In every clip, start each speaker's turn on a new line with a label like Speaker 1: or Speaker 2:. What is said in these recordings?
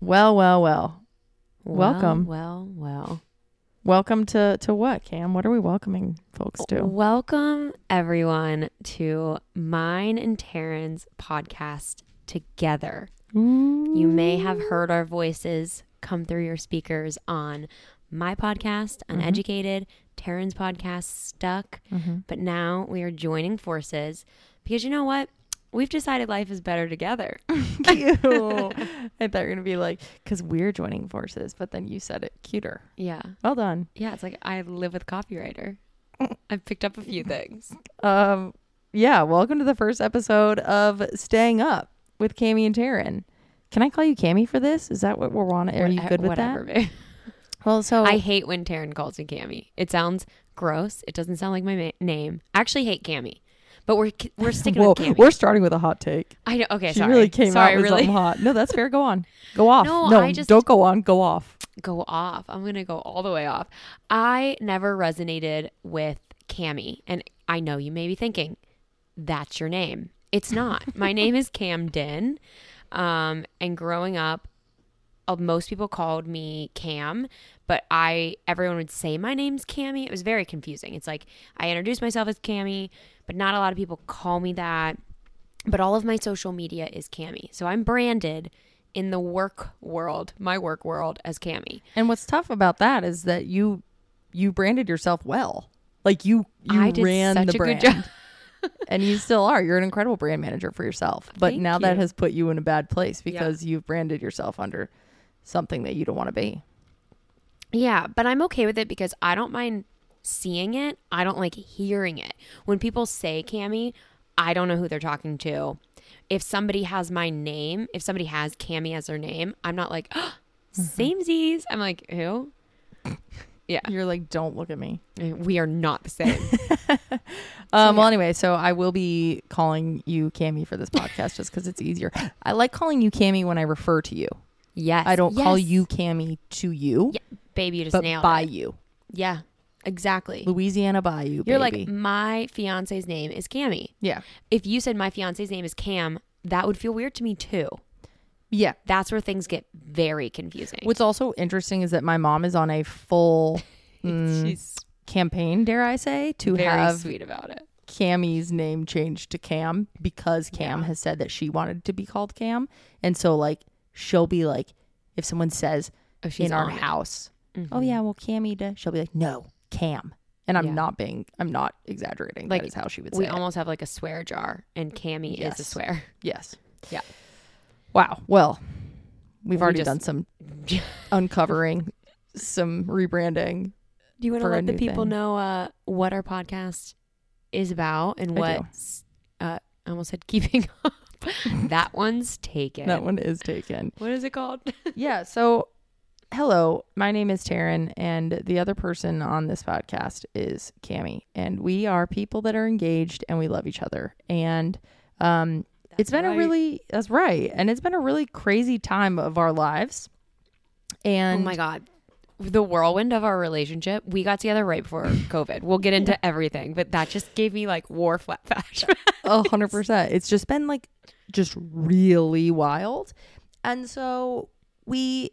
Speaker 1: Well, well, well.
Speaker 2: Well,
Speaker 1: Welcome.
Speaker 2: Well, well.
Speaker 1: Welcome to to what, Cam? What are we welcoming folks to?
Speaker 2: Welcome everyone to mine and Taryn's podcast together. You may have heard our voices come through your speakers on my podcast, Uneducated, Taryn's podcast, Stuck.
Speaker 1: Mm-hmm.
Speaker 2: But now we are joining forces because you know what? We've decided life is better together.
Speaker 1: Cute. I thought you were gonna be like, because we're joining forces, but then you said it cuter.
Speaker 2: Yeah.
Speaker 1: Well done.
Speaker 2: Yeah. It's like I live with a copywriter. I've picked up a few things.
Speaker 1: Um, yeah. Welcome to the first episode of Staying Up with Cami and Taryn. Can I call you Cami for this? Is that what we're on? Are you
Speaker 2: Whate-
Speaker 1: good with
Speaker 2: whatever,
Speaker 1: that?
Speaker 2: babe.
Speaker 1: Well, so
Speaker 2: I hate when Taryn calls me Cammy. It sounds gross. It doesn't sound like my ma- name. I actually hate Cammy, but we're we're sticking
Speaker 1: Whoa,
Speaker 2: with Cammy.
Speaker 1: we're starting with a hot take.
Speaker 2: I know. Okay,
Speaker 1: she
Speaker 2: sorry.
Speaker 1: really came
Speaker 2: sorry,
Speaker 1: out with
Speaker 2: really.
Speaker 1: something hot. No, that's fair. Go on. Go off.
Speaker 2: No,
Speaker 1: No,
Speaker 2: I just-
Speaker 1: don't go on. Go off.
Speaker 2: Go off. I'm gonna go all the way off. I never resonated with Cammy, and I know you may be thinking that's your name. It's not. my name is Camden, um, and growing up, uh, most people called me Cam, but I everyone would say my name's Cammy. It was very confusing. It's like I introduce myself as Cammy, but not a lot of people call me that. But all of my social media is Cammy, so I'm branded in the work world, my work world, as Cammy.
Speaker 1: And what's tough about that is that you you branded yourself well. Like you you
Speaker 2: I did
Speaker 1: ran
Speaker 2: such
Speaker 1: the
Speaker 2: a
Speaker 1: brand.
Speaker 2: good job.
Speaker 1: and you still are. You're an incredible brand manager for yourself. But
Speaker 2: Thank
Speaker 1: now that
Speaker 2: you.
Speaker 1: has put you in a bad place because you've branded yourself under something that you don't want to be.
Speaker 2: Yeah, but I'm okay with it because I don't mind seeing it. I don't like hearing it. When people say Cammy, I don't know who they're talking to. If somebody has my name, if somebody has Cammy as their name, I'm not like, oh, samesies. I'm like, who?
Speaker 1: You're like, don't look at me.
Speaker 2: We are not the same.
Speaker 1: Um, Well, anyway, so I will be calling you Cammy for this podcast just because it's easier. I like calling you Cammy when I refer to you.
Speaker 2: yes.
Speaker 1: I don't call
Speaker 2: yes.
Speaker 1: you Cammy to you,
Speaker 2: Yeah, baby, you just
Speaker 1: but
Speaker 2: nailed
Speaker 1: by
Speaker 2: it.
Speaker 1: you,
Speaker 2: Yeah, exactly.
Speaker 1: Louisiana by you.
Speaker 2: You're like, "Mm." my fiance's name is Cammy.
Speaker 1: yeah,
Speaker 2: If you said my fiance's name is Cam, that would feel weird to me too.
Speaker 1: yeah.
Speaker 2: That's where things get very confusing.
Speaker 1: What's also interesting is that my mom is on a full
Speaker 2: She's
Speaker 1: campaign, dare I say, to
Speaker 2: very
Speaker 1: have
Speaker 2: sweet about it.
Speaker 1: Cammy's name changed to Cam because Cam has said that she wanted to be called Cam. And so, like, she'll be like, if someone says
Speaker 2: Oh, she's
Speaker 1: in
Speaker 2: Mm-hmm.
Speaker 1: our
Speaker 2: on it.
Speaker 1: house, oh, yeah, well, Cammy, da-" she'll be like, no, Cam. And I'm
Speaker 2: Yeah.
Speaker 1: not being, I'm not exaggerating.
Speaker 2: Like,
Speaker 1: that is how she would say
Speaker 2: We
Speaker 1: it.
Speaker 2: almost have like a swear jar, and Cammy is a
Speaker 1: Yes.
Speaker 2: swear.
Speaker 1: Yes.
Speaker 2: Yeah.
Speaker 1: Wow. Well, we've
Speaker 2: We
Speaker 1: already
Speaker 2: just-
Speaker 1: done some uncovering, some rebranding.
Speaker 2: Do you want to
Speaker 1: For a
Speaker 2: let the
Speaker 1: new
Speaker 2: people
Speaker 1: thing.
Speaker 2: know uh, what our podcast is about and
Speaker 1: I
Speaker 2: what?
Speaker 1: do.
Speaker 2: s- Uh, I almost said keeping up. that one's taken.
Speaker 1: That one is taken.
Speaker 2: What is it called?
Speaker 1: yeah. So, hello. My name is Taryn, and the other person on this podcast is Cami, and we are people that are engaged and we love each other. And um, it's been
Speaker 2: right.
Speaker 1: a really that's right, and it's been a really crazy time of our lives.
Speaker 2: oh
Speaker 1: And
Speaker 2: my god. The whirlwind of our relationship. We got together right before COVID. We'll get into everything, but that just gave me like war flat flashbacks.
Speaker 1: A hundred percent. It's just been like just really wild. And so we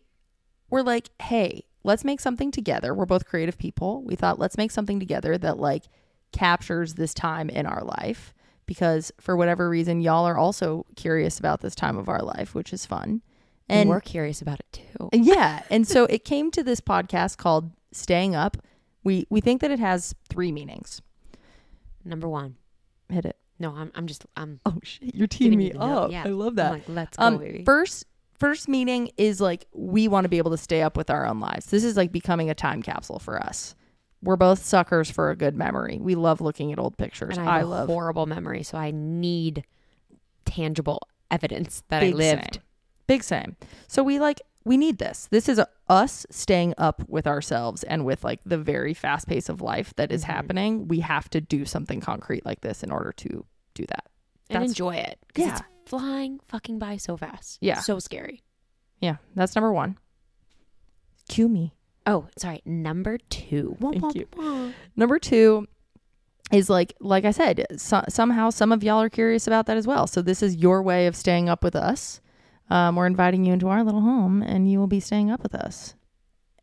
Speaker 1: were like, hey, let's make something together. We're both creative people. We thought let's make something together that like captures this time in our life because for whatever reason y'all are also curious about this time of our life, which is fun.
Speaker 2: And
Speaker 1: And
Speaker 2: we're curious about it too.
Speaker 1: yeah. And so it came to this podcast called Staying Up. We we think that it has three meanings.
Speaker 2: Number one.
Speaker 1: Hit it.
Speaker 2: No, I'm. I'm just. I'm.
Speaker 1: Oh shit, you're
Speaker 2: giving
Speaker 1: teeing me
Speaker 2: you the note.
Speaker 1: up.
Speaker 2: Yeah.
Speaker 1: I love
Speaker 2: I'm
Speaker 1: that.
Speaker 2: like, let's go,
Speaker 1: um
Speaker 2: baby.
Speaker 1: first first meeting is like we want to be able to stay up with our own lives this is like becoming a time capsule for us we're both suckers for a good memory we love looking at old pictures
Speaker 2: and
Speaker 1: i,
Speaker 2: I have a
Speaker 1: love
Speaker 2: horrible memory, so I need tangible evidence that I lived.
Speaker 1: same. big same so we like we need this this is us staying up with ourselves and with like the very fast pace of life that
Speaker 2: Mm-hmm.
Speaker 1: is happening we have to do something concrete like this in order to do that
Speaker 2: And
Speaker 1: That's-
Speaker 2: enjoy it. 'cause
Speaker 1: Yeah.
Speaker 2: It's flying fucking by so fast.
Speaker 1: Yeah.
Speaker 2: So scary.
Speaker 1: yeah that's number one cue me
Speaker 2: Oh, sorry. Number two. Womp,
Speaker 1: Thank
Speaker 2: womp,
Speaker 1: you.
Speaker 2: womp.
Speaker 1: Number two is like like I said, so, somehow some of y'all are curious about that as well. So this is your way of staying up with us. Um, we're inviting you into our little home and you will be staying up with us.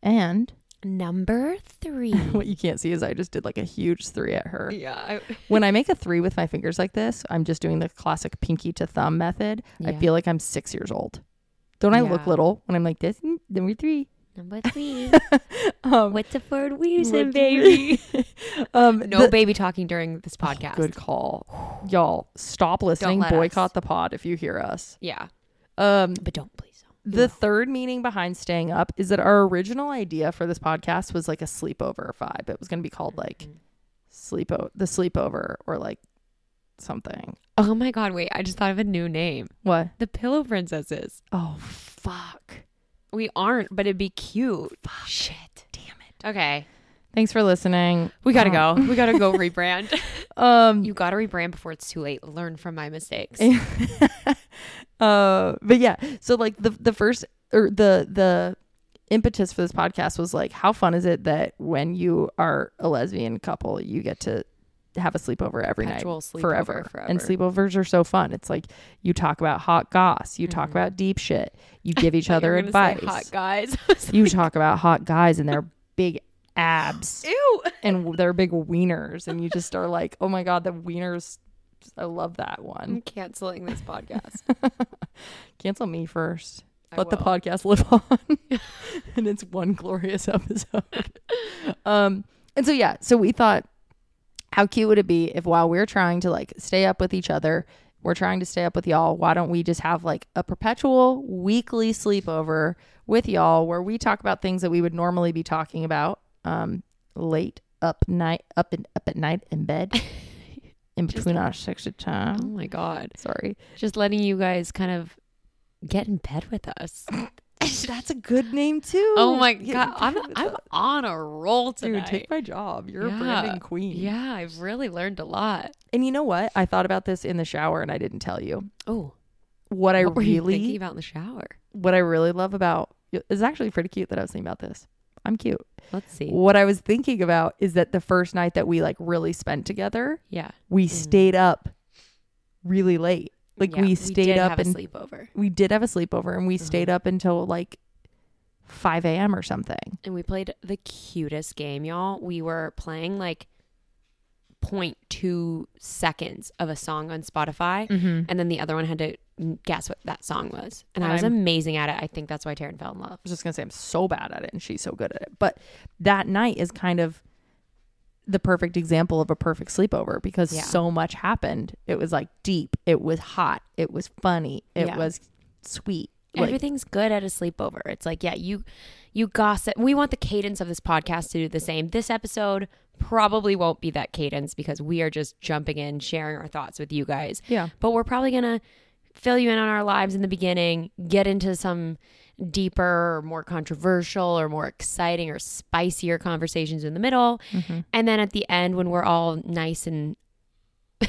Speaker 1: And
Speaker 2: Number three.
Speaker 1: what you can't see is I just did like a huge three at her.
Speaker 2: yeah. I-
Speaker 1: When I make a three with my fingers like this, I'm just doing the classic pinky to thumb method. I
Speaker 2: Yeah.
Speaker 1: feel like I'm six years old. Don't I look
Speaker 2: Yeah.
Speaker 1: little when I'm like this? Mm, Number three.
Speaker 2: Number three.
Speaker 1: Um,
Speaker 2: What's the Ford
Speaker 1: what
Speaker 2: Weason,
Speaker 1: do you
Speaker 2: baby?
Speaker 1: mean? um,
Speaker 2: No
Speaker 1: the- Oh,
Speaker 2: baby talking during this podcast.
Speaker 1: Good call. Y'all, stop listening.
Speaker 2: let us.
Speaker 1: Boycott the pod if you hear us.
Speaker 2: Yeah.
Speaker 1: Um,
Speaker 2: But don't please.
Speaker 1: the third meaning behind staying up is that our original idea for this podcast was like a sleepover vibe. It was going to be called like sleepo the sleepover or like something.
Speaker 2: Oh my God. Wait. I just thought of a new name.
Speaker 1: What?
Speaker 2: The Pillow Princesses.
Speaker 1: Oh fuck.
Speaker 2: We aren't, but it'd be cute. Shit.
Speaker 1: Damn it. Uh,
Speaker 2: Okay.
Speaker 1: Thanks for listening.
Speaker 2: We gotta go. We gotta go rebrand.
Speaker 1: Um
Speaker 2: you gotta rebrand before it's too late. Learn from my mistakes.
Speaker 1: uh but yeah, so like the the first or the the impetus for this podcast was like how fun is it that when you are a lesbian couple, you get to have a sleepover every
Speaker 2: Perpetual
Speaker 1: night
Speaker 2: sleepover
Speaker 1: forever.
Speaker 2: forever.
Speaker 1: And sleepovers are so fun. It's like you talk about hot goss, you
Speaker 2: Mm-hmm.
Speaker 1: talk about deep shit, you give each other
Speaker 2: You're gonna
Speaker 1: advice.
Speaker 2: say Hot guys.
Speaker 1: you talk about hot guys and their big abs.
Speaker 2: Ew.
Speaker 1: and they're big wieners and you just are like oh my god the wieners i love that one
Speaker 2: I'm canceling this podcast.
Speaker 1: cancel me first
Speaker 2: I
Speaker 1: let the
Speaker 2: will.
Speaker 1: podcast live on and it's one glorious episode um and so yeah so we thought how cute would it be if while we're trying to like stay up with each other we're trying to stay up with y'all why don't we just have like a perpetual weekly sleepover with y'all where we talk about things that we would normally be talking about um late up night up and up at night in bed in between our sexy
Speaker 2: Oh
Speaker 1: time
Speaker 2: my God.
Speaker 1: sorry
Speaker 2: Just letting you guys kind of get in bed with us.
Speaker 1: that's a good name too
Speaker 2: Oh my
Speaker 1: Get
Speaker 2: god,
Speaker 1: in
Speaker 2: I'm
Speaker 1: bed with
Speaker 2: I'm
Speaker 1: us.
Speaker 2: on a roll
Speaker 1: Dude,
Speaker 2: tonight.
Speaker 1: take my job. You're a
Speaker 2: Yeah.
Speaker 1: branding queen.
Speaker 2: yeah, I've really learned a lot.
Speaker 1: And you know what? I thought about this in the shower and I didn't tell you.
Speaker 2: Oh,
Speaker 1: What I
Speaker 2: what were you thinking
Speaker 1: really
Speaker 2: about in the shower?
Speaker 1: what I really love about it's actually pretty cute that I was thinking about this. I'm cute.
Speaker 2: Let's see.
Speaker 1: What I was thinking about is that the first night that we like really spent together,
Speaker 2: Yeah,
Speaker 1: we stayed up really late. Like
Speaker 2: Mm. Yeah,
Speaker 1: we stayed
Speaker 2: did
Speaker 1: up
Speaker 2: have a Mm-hmm.
Speaker 1: and
Speaker 2: sleepover,
Speaker 1: we did have a sleepover and we stayed up until like 5 a.m. or something.
Speaker 2: and we played the cutest game, y'all. We were playing like 0.2 seconds of a song on Spotify,
Speaker 1: Mm-hmm.
Speaker 2: and then the other one had to guess what that song was, and I was
Speaker 1: I'm-
Speaker 2: amazing at it. I think that's why Taryn fell in love.
Speaker 1: I was just gonna say I'm so bad at it and she's so good at it. But that night is kind of the perfect example of a perfect sleepover because
Speaker 2: Yeah.
Speaker 1: so much happened. It was like deep, it was hot, it was funny, it
Speaker 2: Yeah.
Speaker 1: was sweet. Like,
Speaker 2: Everything's good at a sleepover. It's like, yeah, you you gossip. We want the cadence of this podcast to do the same. This episode probably won't be that cadence because we are just jumping in, sharing our thoughts with you guys.
Speaker 1: Yeah.
Speaker 2: But we're probably going to fill you in on our lives in the beginning, get into some deeper or more controversial or more exciting or spicier conversations in the middle.
Speaker 1: Mm-hmm.
Speaker 2: And then at the end when we're all nice and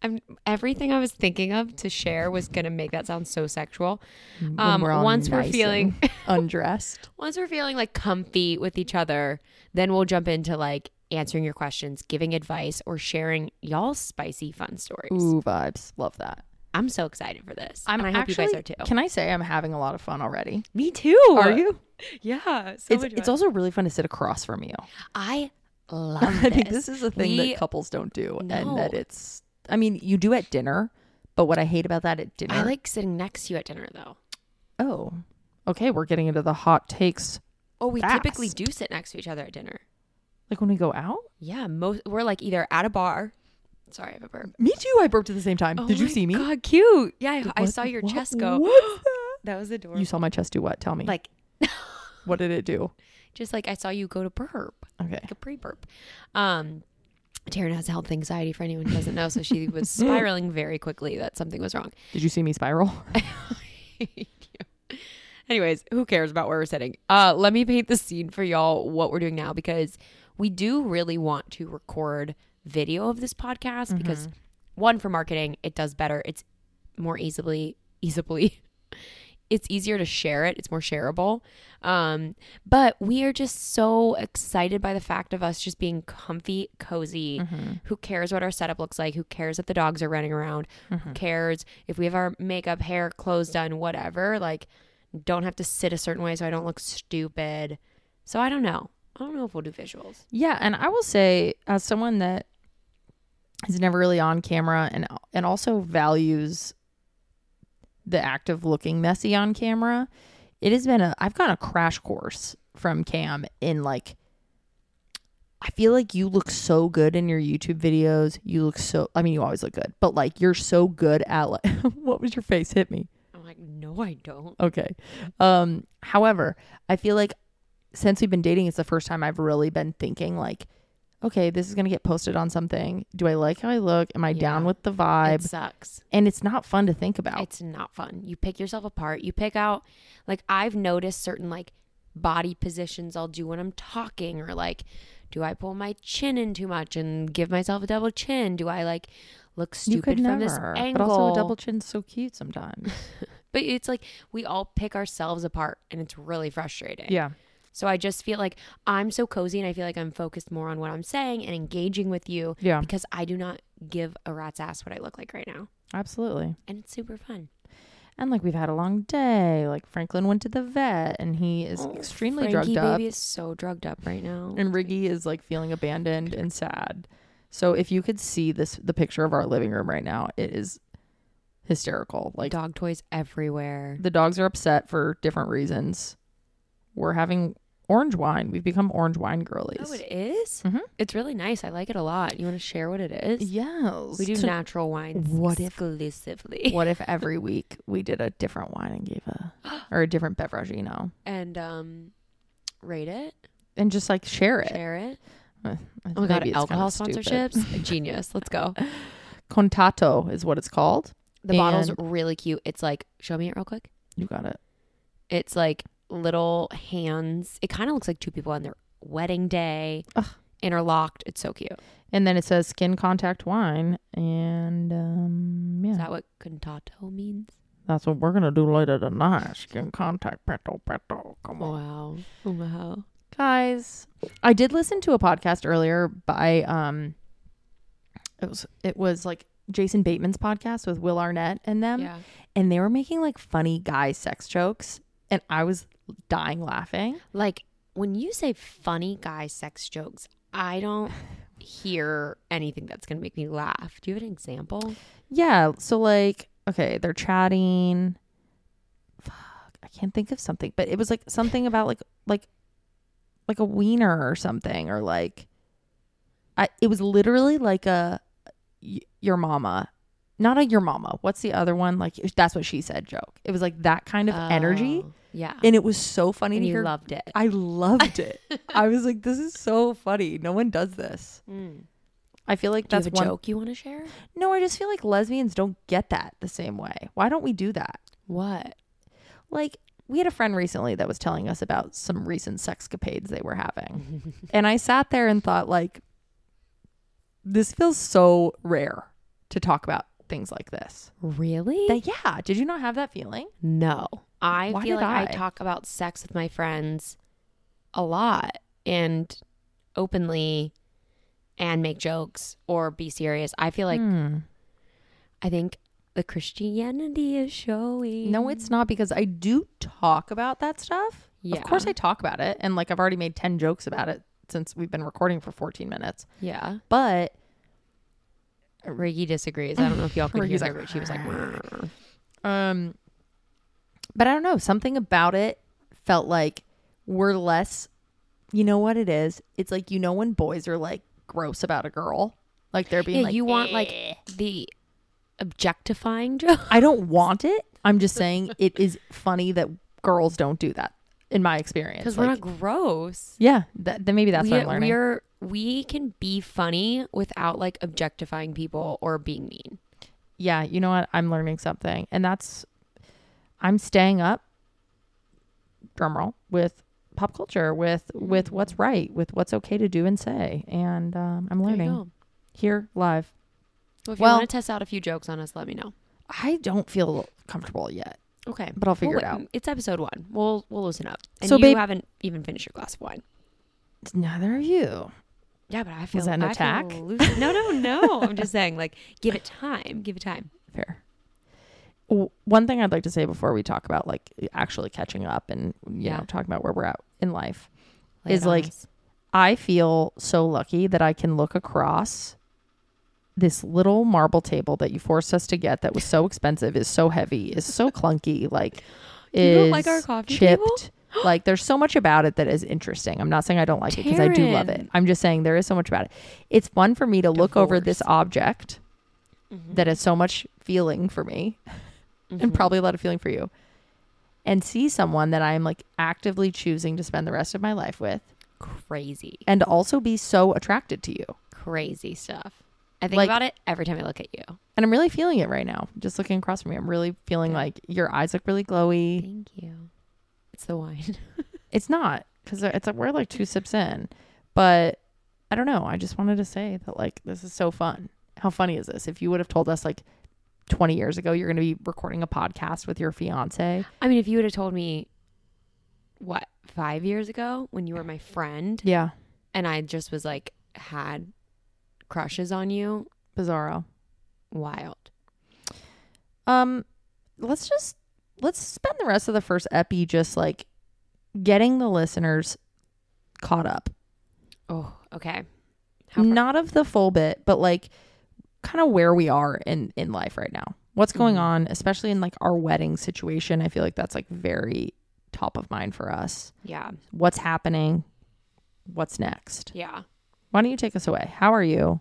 Speaker 2: I'm, everything I was thinking of to share was gonna make that sound so sexual.
Speaker 1: when
Speaker 2: Um,
Speaker 1: all
Speaker 2: once we're
Speaker 1: nice
Speaker 2: feeling,
Speaker 1: and undressed.
Speaker 2: once we're feeling like comfy with each other, then we'll jump into like answering your questions, giving advice, or sharing y'all's spicy fun stories.
Speaker 1: Ooh, vibes. Love that.
Speaker 2: I'm so excited for this, and I hope you guys are too.
Speaker 1: Can I say I'm having a lot of fun already?
Speaker 2: Me too.
Speaker 1: Are you?
Speaker 2: Yeah. So
Speaker 1: It's, it's also really fun to sit across from you.
Speaker 2: I love
Speaker 1: I
Speaker 2: this.
Speaker 1: think this is a thing
Speaker 2: We-
Speaker 1: that couples don't do,
Speaker 2: No.
Speaker 1: and that it's. I mean, you do at dinner, but what I hate about that at dinner,
Speaker 2: I like sitting next to you at dinner though.
Speaker 1: Oh, okay. We're getting into the hot takes.
Speaker 2: Oh, we typically
Speaker 1: Fast.
Speaker 2: do sit next to each other at dinner.
Speaker 1: Like when we go out?
Speaker 2: Yeah, most we're like either at a bar. Sorry, I have a burp.
Speaker 1: Me too. I burped at the same time. Did
Speaker 2: Oh
Speaker 1: you
Speaker 2: my
Speaker 1: see me?
Speaker 2: God, cute. Yeah, I, I
Speaker 1: What-
Speaker 2: saw your
Speaker 1: what-
Speaker 2: chest go.
Speaker 1: what's that?
Speaker 2: That was adorable.
Speaker 1: You saw my chest do what? Tell me.
Speaker 2: like,
Speaker 1: what did it do?
Speaker 2: just like I saw you go to burp,
Speaker 1: Okay.
Speaker 2: like a pre burp. Um, Taryn has health anxiety for anyone who doesn't know, so she was spiraling very quickly that something was wrong.
Speaker 1: Did you see me spiral?
Speaker 2: Anyways, who cares about where we're sitting? Uh, let me paint the scene for y'all what we're doing now because we do really want to record video of this podcast because one for marketing, it does better. It's more easily easily it's easier to share it. It's more shareable. Um, but we are just so excited by the fact of us just being comfy, cozy. Who cares what our setup looks like? Who cares if the dogs are running around? Who cares if we have our makeup, hair, clothes done, whatever? Like, don't have to sit a certain way so I don't look stupid. So I don't know. I don't know if we'll do visuals.
Speaker 1: Yeah, and I will say, as someone that is never really on camera and and also values the act of looking messy on camera, it has been a I've got a crash course from Cam in like I feel like you look so good in your YouTube videos. You look so I mean you always look good, but like you're so good at like what was your face? Hit me.
Speaker 2: I'm like, no, I don't.
Speaker 1: Okay. Um, however, I feel like since we've been dating, it's the first time I've really been thinking like, okay, this is gonna get posted on something. Do I like how I look? Am I down
Speaker 2: Yeah.
Speaker 1: with the
Speaker 2: It
Speaker 1: vibe?
Speaker 2: sucks.
Speaker 1: and it's not fun to think about.
Speaker 2: It's not fun. You pick yourself apart. You pick out like I've noticed certain like body positions I'll do when I'm talking or like do I pull my chin in too much and give myself a double chin? Do I like look
Speaker 1: you could
Speaker 2: stupid
Speaker 1: never.
Speaker 2: from this angle?
Speaker 1: But also, a double chin's so cute sometimes.
Speaker 2: But it's like we all pick ourselves apart and it's really frustrating.
Speaker 1: yeah.
Speaker 2: So I just feel like I'm so cozy and I feel like I'm focused more on what I'm saying and engaging with you
Speaker 1: Yeah.
Speaker 2: because I do not give a rat's ass what I look like right now.
Speaker 1: Absolutely.
Speaker 2: And it's super fun.
Speaker 1: And like we've had a long day. Like Franklin went to the vet, and he is
Speaker 2: Oh,
Speaker 1: extremely
Speaker 2: Frankie
Speaker 1: drugged up.
Speaker 2: baby is so drugged up right now.
Speaker 1: and Riggy is like feeling abandoned and sad. So if you could see this the picture of our living room right now, it is hysterical. Like
Speaker 2: dog toys everywhere.
Speaker 1: the dogs are upset for different reasons. We're having orange wine. We've become orange wine girlies.
Speaker 2: Oh, it is?
Speaker 1: Mhm.
Speaker 2: It's really nice. I like it a lot. You want to share what it is?
Speaker 1: Yes.
Speaker 2: We do
Speaker 1: So
Speaker 2: natural wines
Speaker 1: What if-
Speaker 2: exclusively.
Speaker 1: what if every week we did a different wine and gave a or a different beverage, you know,
Speaker 2: and um rate it,
Speaker 1: and just like share it.
Speaker 2: share it.
Speaker 1: Maybe
Speaker 2: Oh my god,
Speaker 1: it's kinda
Speaker 2: alcohol
Speaker 1: stupid.
Speaker 2: sponsorships? Genius. Let's go.
Speaker 1: Contato is what it's called.
Speaker 2: The bottle's
Speaker 1: And-
Speaker 2: really cute. It's like, show me it real quick.
Speaker 1: You got it.
Speaker 2: It's like little hands. It kind of looks like two people on their wedding day,
Speaker 1: Ugh.
Speaker 2: interlocked. It's so cute.
Speaker 1: And then it says skin contact wine, and um, yeah,
Speaker 2: Is that what contato means?
Speaker 1: that's what we're gonna do later tonight. Skin contact, petal, petal. Come on,
Speaker 2: Wow. Wow.
Speaker 1: guys. I did listen to a podcast earlier by um, it was it was like Jason Bateman's podcast with Will Arnett and them,
Speaker 2: yeah.
Speaker 1: and they were making like funny guy sex jokes, and I was dying laughing.
Speaker 2: Like when you say funny guy sex jokes, I don't hear anything that's going to make me laugh. Do you have an example?
Speaker 1: Yeah. So like, okay, they're chatting. Fuck, I can't think of something, but it was like something about like like like a wiener or something, or like I. It was literally like a y- your mama, not a your mama. What's the other one? Like that's what she said joke. It was like that kind of energy,
Speaker 2: Oh, Yeah.
Speaker 1: and it was so funny
Speaker 2: And
Speaker 1: to
Speaker 2: you
Speaker 1: hear.
Speaker 2: loved it.
Speaker 1: I loved it. I was like, this is so funny. No one does this.
Speaker 2: Mm.
Speaker 1: I feel like
Speaker 2: Do you
Speaker 1: that's
Speaker 2: have a
Speaker 1: one
Speaker 2: joke you want to share?
Speaker 1: no, I just feel like lesbians don't get that the same way. Why don't we do that?
Speaker 2: What?
Speaker 1: Like, we had a friend recently that was telling us about some recent sexcapades they were having. and I sat there and thought, like, this feels so rare to talk about things like this.
Speaker 2: Really?
Speaker 1: That, yeah, did you not have that feeling?
Speaker 2: No. I
Speaker 1: Why
Speaker 2: feel
Speaker 1: did
Speaker 2: like I?
Speaker 1: I?
Speaker 2: talk about sex with my friends a lot and openly and make jokes or be serious. I feel like
Speaker 1: Hmm.
Speaker 2: I think the Christianity is showing.
Speaker 1: No, it's not because I do talk about that stuff.
Speaker 2: Yeah.
Speaker 1: Of course, I talk about it. And, like, I've already made 10 jokes about it since we've been recording for 14 minutes.
Speaker 2: Yeah.
Speaker 1: But
Speaker 2: Riggy disagrees. I don't know if y'all could hear
Speaker 1: Riggy's
Speaker 2: her,
Speaker 1: like,
Speaker 2: but she was like, "Rrr."
Speaker 1: Um, but I don't know. Something about it felt like we're less. You know what it is? It's like you know when boys are like gross about a girl, like they're being
Speaker 2: yeah,
Speaker 1: like,
Speaker 2: you want like "Eh." the objectifying joke.
Speaker 1: I don't want it. I'm just saying it is funny that girls don't do that in my experience.
Speaker 2: Because
Speaker 1: Like,
Speaker 2: we're not gross.
Speaker 1: yeah, that, then maybe that's
Speaker 2: we,
Speaker 1: what I'm learning.
Speaker 2: We're, we can be funny without like objectifying people or being mean.
Speaker 1: yeah, you know what? I'm learning something, and that's I'm staying up. Drumroll with pop culture, with
Speaker 2: Mm-hmm.
Speaker 1: with what's right, with what's okay to do and say, and um, I'm
Speaker 2: There you
Speaker 1: learning.
Speaker 2: go.
Speaker 1: here live.
Speaker 2: So if
Speaker 1: Well-
Speaker 2: you want to test out a few jokes on us, let me know.
Speaker 1: I don't feel comfortable yet.
Speaker 2: Okay.
Speaker 1: but I'll figure
Speaker 2: We'll
Speaker 1: it
Speaker 2: wait- mm,
Speaker 1: out.
Speaker 2: It's episode one. We'll we'll loosen up. And
Speaker 1: So,
Speaker 2: you
Speaker 1: babe-
Speaker 2: haven't even finished your glass of wine.
Speaker 1: Neither of you.
Speaker 2: Yeah, but I feel
Speaker 1: that an
Speaker 2: I feel
Speaker 1: attack?
Speaker 2: loose- no, no, no. I'm just saying, like, give it time. Give it time.
Speaker 1: Fair. W- One thing I'd like to say before we talk about like actually catching up and you
Speaker 2: Yeah.
Speaker 1: know talking about where we're at in life
Speaker 2: Lay it
Speaker 1: Is
Speaker 2: on
Speaker 1: like-
Speaker 2: us.
Speaker 1: I feel so lucky that I can look across this little marble table that you forced us to get that was so expensive, is so heavy, is so clunky, like
Speaker 2: You
Speaker 1: is
Speaker 2: don't like our coffee
Speaker 1: chipped.
Speaker 2: table?
Speaker 1: Like there's so much about it that is interesting. I'm not saying I don't like it because I do love it.
Speaker 2: Taryn.
Speaker 1: I'm just saying there is so much about it. It's fun for me to look over this object
Speaker 2: Mm-hmm.
Speaker 1: that has so much feeling for me and probably a lot of feeling for you and see someone that I am like actively choosing to spend the rest of my life with
Speaker 2: crazy,
Speaker 1: and also be so attracted to you.
Speaker 2: crazy stuff. I think
Speaker 1: Like-
Speaker 2: about it every time I look at you.
Speaker 1: And I'm really feeling it right now. Just looking across from you, I'm really feeling like your eyes look really glowy.
Speaker 2: Thank you. It's the wine.
Speaker 1: It's not because it's like we're like two sips in, but I don't know. I just wanted to say that like this is so fun. How funny is this? If you would have told us like 20 years ago you're going to be recording a podcast with your fiance,
Speaker 2: I mean, if you would have told me, what five years ago when you were my friend
Speaker 1: yeah,
Speaker 2: and I just was like had crushes on you,
Speaker 1: bizarro.
Speaker 2: wild.
Speaker 1: Um, let's just let's spend the rest of the first epi just like getting the listeners caught up
Speaker 2: Oh, okay. How far-
Speaker 1: not of the full bit, but like kind of where we are in in life right now. What's going
Speaker 2: Mhm.
Speaker 1: on, especially in like our wedding situation? I feel like that's like very top of mind for us.
Speaker 2: yeah,
Speaker 1: What's happening? What's next?
Speaker 2: yeah.
Speaker 1: Why don't you take us away? How are you?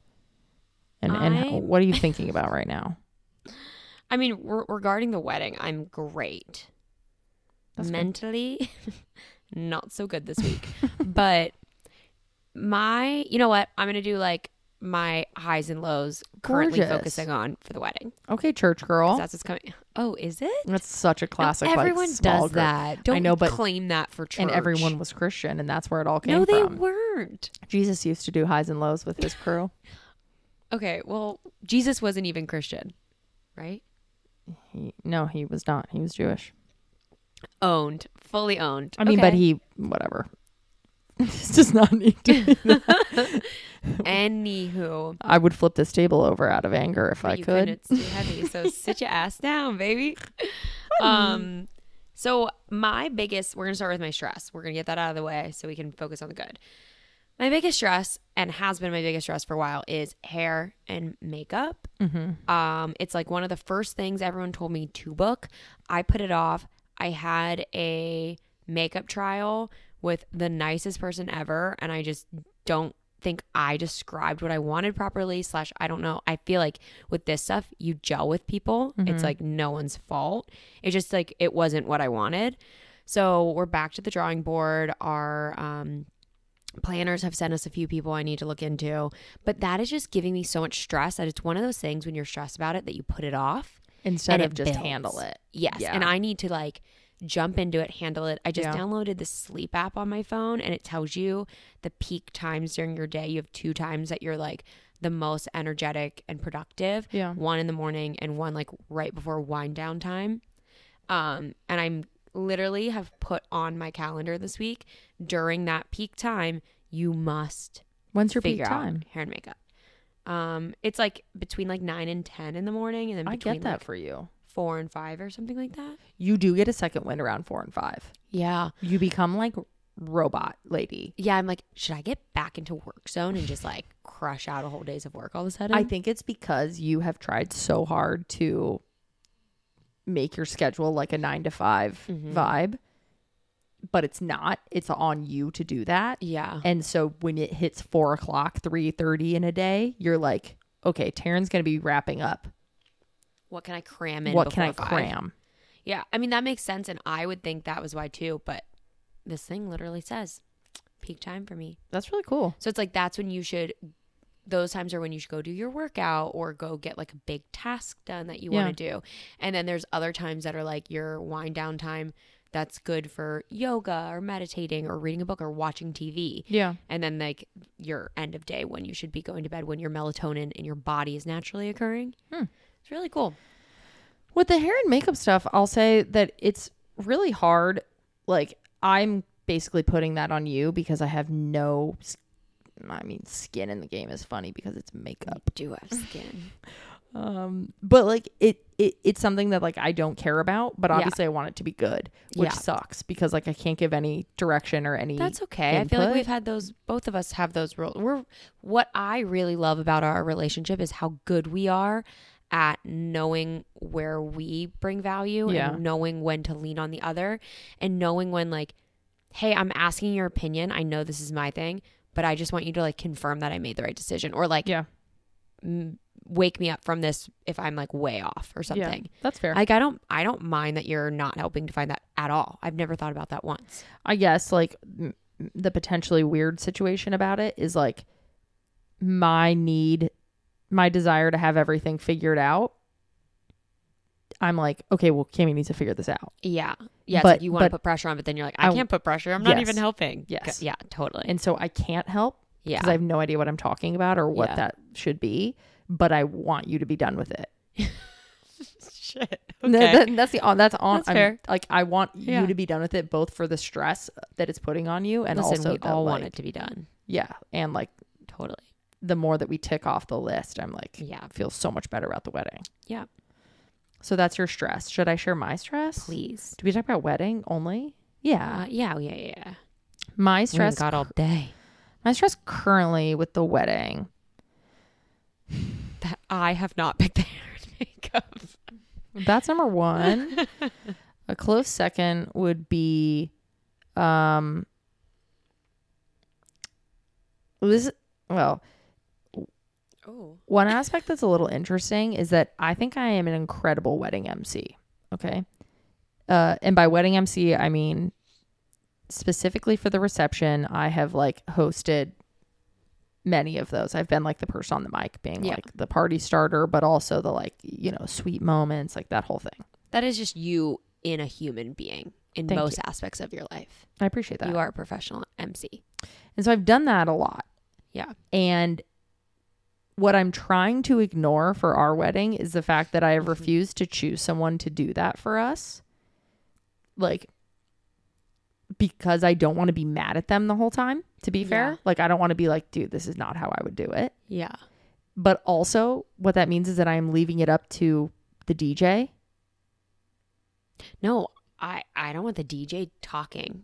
Speaker 1: And and
Speaker 2: I'm-
Speaker 1: what are you thinking about right now?
Speaker 2: I mean, re- regarding the wedding, I'm great.
Speaker 1: That's good.
Speaker 2: Mentally, not so good this week. but my, you know what? I'm going to do like my highs and lows currently
Speaker 1: Gorgeous.
Speaker 2: focusing on for the wedding. 'cause
Speaker 1: Okay, church girl.
Speaker 2: That's what's coming. Oh, is it? No,
Speaker 1: That's such a classic. like,
Speaker 2: everyone
Speaker 1: small
Speaker 2: does
Speaker 1: group.
Speaker 2: that. Don't
Speaker 1: know, but-
Speaker 2: claim that for church.
Speaker 1: And everyone was Christian, and that's where it all came
Speaker 2: No, they
Speaker 1: from.
Speaker 2: weren't.
Speaker 1: Jesus used to do highs and lows with his crew.
Speaker 2: Okay, well, Jesus wasn't even Christian, right?
Speaker 1: He, no, he was not. He was Jewish.
Speaker 2: Owned, fully owned.
Speaker 1: I mean, but
Speaker 2: Okay.
Speaker 1: he whatever. this does not need to. be-
Speaker 2: Anywho,
Speaker 1: I would flip this table over out of anger if
Speaker 2: but
Speaker 1: I
Speaker 2: you
Speaker 1: could.
Speaker 2: couldn't, It's too heavy. So sit your ass down, baby.
Speaker 1: Hmm.
Speaker 2: Um, so my biggest, we're gonna start with my stress. We're gonna get that out of the way so we can focus on the good. My biggest stress, and has been my biggest stress for a while, is hair and makeup. Um, it's like one of the first things everyone told me to book. I put it off. I had a makeup trial with the nicest person ever, and I just don't think I described what I wanted properly. Slash, I don't know. I feel like with this stuff, you gel with people. It's like no one's fault. It's just like it wasn't what I wanted. So we're back to the drawing board. Our um, planners have sent us a few people I need to look into, but that is just giving me so much stress that it's one of those things when you're stressed about it that you put it off.
Speaker 1: Instead
Speaker 2: and
Speaker 1: of
Speaker 2: it
Speaker 1: just
Speaker 2: builds.
Speaker 1: handle it.
Speaker 2: Yes.
Speaker 1: Yeah.
Speaker 2: And I need to like jump into it, handle it. I just
Speaker 1: Yeah.
Speaker 2: downloaded the sleep app on my phone and it tells you the peak times during your day. You have two times that you're like the most energetic and productive.
Speaker 1: Yeah.
Speaker 2: One in the morning and one like right before wind down time. Um, and I'm literally have put on my calendar this week during that peak time, you must
Speaker 1: When's your peak
Speaker 2: figure out
Speaker 1: time?
Speaker 2: hair and makeup. Um, it's like between like nine and ten in the morning, and then
Speaker 1: I
Speaker 2: between
Speaker 1: get that
Speaker 2: like
Speaker 1: for you.
Speaker 2: four and five or something like that.
Speaker 1: You do get a second wind around four and five.
Speaker 2: Yeah,
Speaker 1: You become like robot lady.
Speaker 2: yeah. I'm like, should I get back into work zone and just like crush out a whole days of work all of a sudden?
Speaker 1: I think it's because you have tried so hard to make your schedule like a nine to 5
Speaker 2: Mm-hmm.
Speaker 1: vibe, but it's not. It's on you to do that.
Speaker 2: yeah,
Speaker 1: And so when it hits four o'clock, three thirty in a day, you're like, okay, Taryn's gonna be wrapping up.
Speaker 2: what can I cram in?
Speaker 1: what can I
Speaker 2: before five?
Speaker 1: cram?
Speaker 2: Yeah, I mean that makes sense, and I would think that was why too. But this thing literally says peak time for me.
Speaker 1: That's really cool.
Speaker 2: So it's like that's when you should those times are when you should go do your workout or go get like a big task done that you want to do. And then there's other times that are like your wind down time that's good for yoga or meditating or reading a book or watching TV.
Speaker 1: Yeah.
Speaker 2: And then like your end of day when you should be going to bed when your melatonin in your body is naturally occurring.
Speaker 1: Hmm.
Speaker 2: It's really cool.
Speaker 1: With the hair and makeup stuff, I'll say that it's really hard. Like I'm basically putting that on you because I have no s- I mean skin in the game is funny because it's makeup.
Speaker 2: Do have skin.
Speaker 1: Um but like it, it it's something that like I don't care about, but
Speaker 2: Yeah.
Speaker 1: obviously I want it to be good, which
Speaker 2: Yeah.
Speaker 1: sucks because like I can't give any direction or any
Speaker 2: That's okay. I feel like
Speaker 1: input.
Speaker 2: we've had those. Both of us have those rules. We're what I really love about our relationship is how good we are at knowing where we bring value
Speaker 1: Yeah.
Speaker 2: and knowing when to lean on the other and knowing when like, hey, I'm asking your opinion. I know this is my thing, but I just want you to like confirm that I made the right decision or like
Speaker 1: Yeah.
Speaker 2: m- wake me up from this if I'm like way off or something.
Speaker 1: That's fair.
Speaker 2: Like I don't I don't mind that you're not helping to find that at all. I've never thought about that once.
Speaker 1: I guess like m- the potentially weird situation about it is like my need, my desire to have everything figured out. I'm like, okay, well, Kimmy needs to figure this out.
Speaker 2: Yeah. Yeah.
Speaker 1: But-
Speaker 2: it's like you want to
Speaker 1: but-
Speaker 2: put pressure on, but then you're like, I
Speaker 1: I-
Speaker 2: can't put pressure. I'm not
Speaker 1: Yes.
Speaker 2: even helping.
Speaker 1: Yes.
Speaker 2: G- Yeah, totally.
Speaker 1: And so I can't help
Speaker 2: yeah.
Speaker 1: because I have no idea what I'm talking about or what
Speaker 2: Yeah.
Speaker 1: that should be, but I want you to be done with it.
Speaker 2: Shit.
Speaker 1: That- that's the on that's on
Speaker 2: That's
Speaker 1: I'm-
Speaker 2: fair.
Speaker 1: like I want
Speaker 2: Yeah.
Speaker 1: you to be done with it both for the stress that it's putting on you and
Speaker 2: Listen,
Speaker 1: also
Speaker 2: we
Speaker 1: the,
Speaker 2: all want
Speaker 1: like-
Speaker 2: it to be done.
Speaker 1: Yeah, and like
Speaker 2: Totally.
Speaker 1: the more that we tick off the list, I'm like
Speaker 2: Yeah.
Speaker 1: feel so much better about the wedding.
Speaker 2: Yeah.
Speaker 1: So that's your stress. Should I share my stress?
Speaker 2: Please.
Speaker 1: Do we talk about wedding only? Yeah.
Speaker 2: Uh, yeah. Yeah. Yeah. yeah.
Speaker 1: my
Speaker 2: We haven't
Speaker 1: stress
Speaker 2: got all day.
Speaker 1: my stress currently with the wedding.
Speaker 2: That I have not picked the hair and makeup.
Speaker 1: That's number 1. A close second would be um this well,
Speaker 2: Oh.
Speaker 1: one aspect that's a little interesting is that I think I am an incredible wedding MC. Okay. Uh, and by wedding MC, I mean specifically for the reception, I have like hosted many of those. I've been like the person on the mic being
Speaker 2: Yeah.
Speaker 1: like the party starter, but also the like, you know, sweet moments, like that whole thing.
Speaker 2: That is just you in a human being in
Speaker 1: Thank
Speaker 2: most aspects of your life.
Speaker 1: I appreciate that.
Speaker 2: You are a professional MC.
Speaker 1: And so I've done that a lot.
Speaker 2: Yeah.
Speaker 1: And what I'm trying to ignore for our wedding is the fact that I
Speaker 2: Mm-hmm.
Speaker 1: have refused to choose someone to do that for us. Like, because I don't want to be mad at them the whole time, to be fair.
Speaker 2: Yeah.
Speaker 1: Like, I don't want to be like, dude, this is not how I would do it.
Speaker 2: Yeah.
Speaker 1: But also, what that means is that I am leaving it up to the DJ.
Speaker 2: No, I I don't want the DJ talking.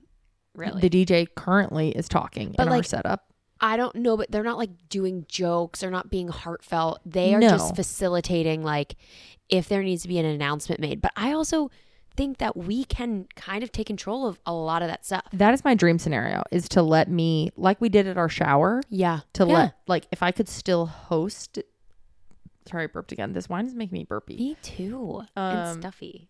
Speaker 2: Really.
Speaker 1: The DJ currently is talking
Speaker 2: But,
Speaker 1: in our
Speaker 2: like,
Speaker 1: setup.
Speaker 2: I don't know, but they're not like doing jokes. They're not being heartfelt. They are
Speaker 1: No.
Speaker 2: just facilitating, like, if there needs to be an announcement made. But I also think that we can kind of take control of a lot of that stuff.
Speaker 1: That is my dream scenario is to let me, like we did at our shower,
Speaker 2: Yeah.
Speaker 1: to let like if I could still host. Sorry, I burped again. This wine is making me burpy.
Speaker 2: Me too.
Speaker 1: Um,
Speaker 2: and stuffy.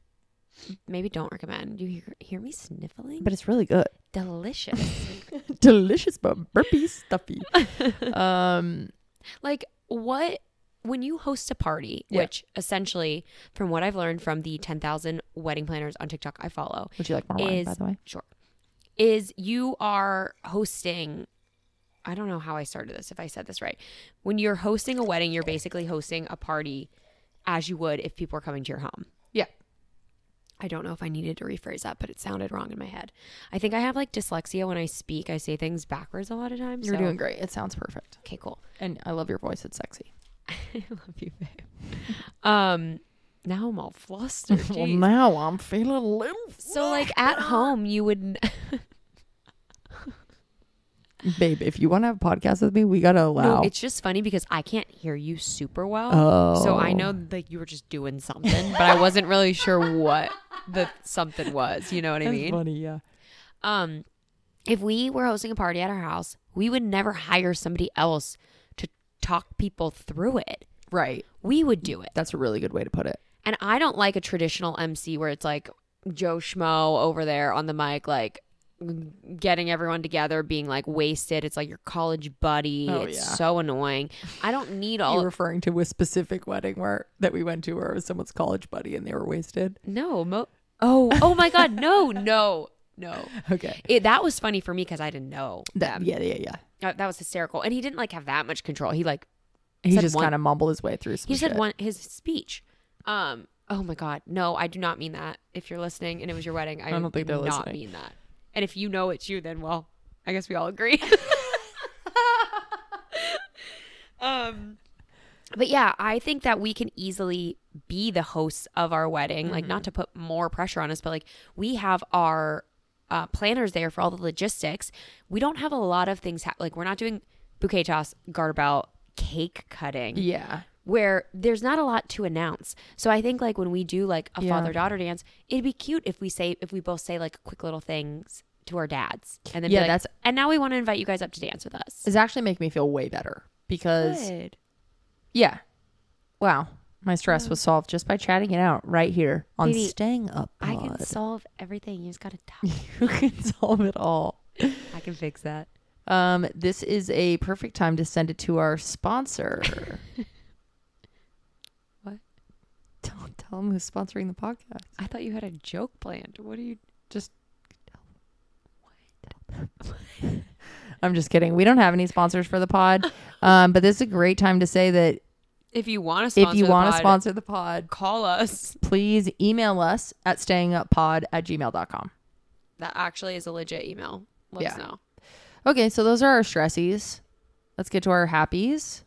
Speaker 2: Maybe don't recommend. You hear, hear me sniffling?
Speaker 1: But it's really good.
Speaker 2: Delicious.
Speaker 1: Delicious but burpy stuffy. um
Speaker 2: like, what, when you host a party,
Speaker 1: Yeah.
Speaker 2: which essentially, from what I've learned from the 10,000 wedding planners on TikTok I follow,
Speaker 1: would you like more wine,
Speaker 2: Is-
Speaker 1: by the way?
Speaker 2: sure is you are hosting i don't know how i started this if i said this right when you're hosting a wedding you're basically hosting a party as you would if people are coming to your home
Speaker 1: Yeah.
Speaker 2: i don't know if i needed to rephrase that but it sounded wrong in my head i think i have like dyslexia when i speak i say things backwards a lot of times
Speaker 1: You're
Speaker 2: so-
Speaker 1: doing great. It sounds perfect.
Speaker 2: okay cool
Speaker 1: And I love your voice. It's sexy.
Speaker 2: i love you babe um now i'm all flustered Jeez.
Speaker 1: now I'm feeling a little
Speaker 2: so like at home you would
Speaker 1: Babe, if you want to have a podcast with me, we gotta allow
Speaker 2: No, it's just funny because I can't hear you super well.
Speaker 1: Oh.
Speaker 2: So I know that you were just doing something, but I wasn't really sure what the something was. You know what I mean?
Speaker 1: funny, yeah.
Speaker 2: Um, if we were hosting a party at our house, we would never hire somebody else to talk people through it.
Speaker 1: Right.
Speaker 2: We would do it.
Speaker 1: That's a really good way to put it.
Speaker 2: And I don't like a traditional MC where it's like Joe Schmo over there on the mic, like getting everyone together, being like wasted. It's like your college buddy.
Speaker 1: Oh,
Speaker 2: it's
Speaker 1: yeah.
Speaker 2: so annoying. I don't need all
Speaker 1: You're
Speaker 2: of
Speaker 1: referring to a specific wedding where that we went to where it was someone's college buddy and they were wasted.
Speaker 2: No, mo- oh, oh my God, no, no, no.
Speaker 1: Okay.
Speaker 2: It, that was funny for me because I didn't know
Speaker 1: That,
Speaker 2: them.
Speaker 1: yeah, yeah, yeah.
Speaker 2: That, that was hysterical, and he didn't like have that much control. He like
Speaker 1: He
Speaker 2: said
Speaker 1: just
Speaker 2: one-
Speaker 1: kind of mumbled his way through. Some
Speaker 2: he said
Speaker 1: shit.
Speaker 2: one his speech, um, Oh my God. No, I do not mean that. If you're listening and it was your wedding, I, don't think they're not
Speaker 1: listening.
Speaker 2: mean that. And if you know it's you, then well, I guess we all agree. um, but yeah, I think that we can easily be the hosts of our wedding. Like, not to put more pressure on us, but like we have our uh, planners there for all the logistics. We don't have a lot of things. Ha- like, we're not doing bouquet toss, garter belt, cake cutting
Speaker 1: Yeah.
Speaker 2: where there's not a lot to announce. So I think like when we do like a
Speaker 1: Yeah.
Speaker 2: father daughter dance, it'd be cute if we say if we both say like quick little things to our dads, and then
Speaker 1: Yeah,
Speaker 2: be like,
Speaker 1: that's-
Speaker 2: and now we want to invite you guys up to dance with us.
Speaker 1: It's actually making me feel way better because, yeah. Wow. My stress was solved just by chatting it out right here on
Speaker 2: Baby,
Speaker 1: Staying Up.
Speaker 2: I can
Speaker 1: Pod.
Speaker 2: solve everything. You just gotta talk.
Speaker 1: you can solve it all.
Speaker 2: I can fix that.
Speaker 1: Um, this is a perfect time to send it to our sponsor.
Speaker 2: What?
Speaker 1: Don't tell them who's sponsoring the podcast.
Speaker 2: I thought you had a joke planned. What are you?
Speaker 1: Just tell them. I'm just kidding. We don't have any sponsors for the pod, um, but this is a great time to say that
Speaker 2: If you want to,
Speaker 1: if you want to sponsor the pod,
Speaker 2: call us.
Speaker 1: please email us at stayinguppod at gmail.com.
Speaker 2: That actually is a legit email. Let
Speaker 1: Yeah.
Speaker 2: us know.
Speaker 1: Okay, so those are our stressies. Let's get to our happies.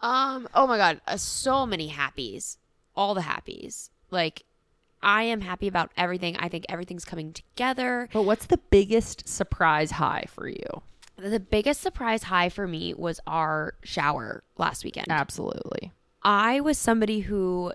Speaker 2: Um. Oh my God. Uh, so many happies. All the happies. Like, I am happy about everything. I think everything's coming together.
Speaker 1: But what's the biggest surprise high for you?
Speaker 2: The biggest surprise high for me was our shower last weekend.
Speaker 1: Absolutely.
Speaker 2: I was somebody who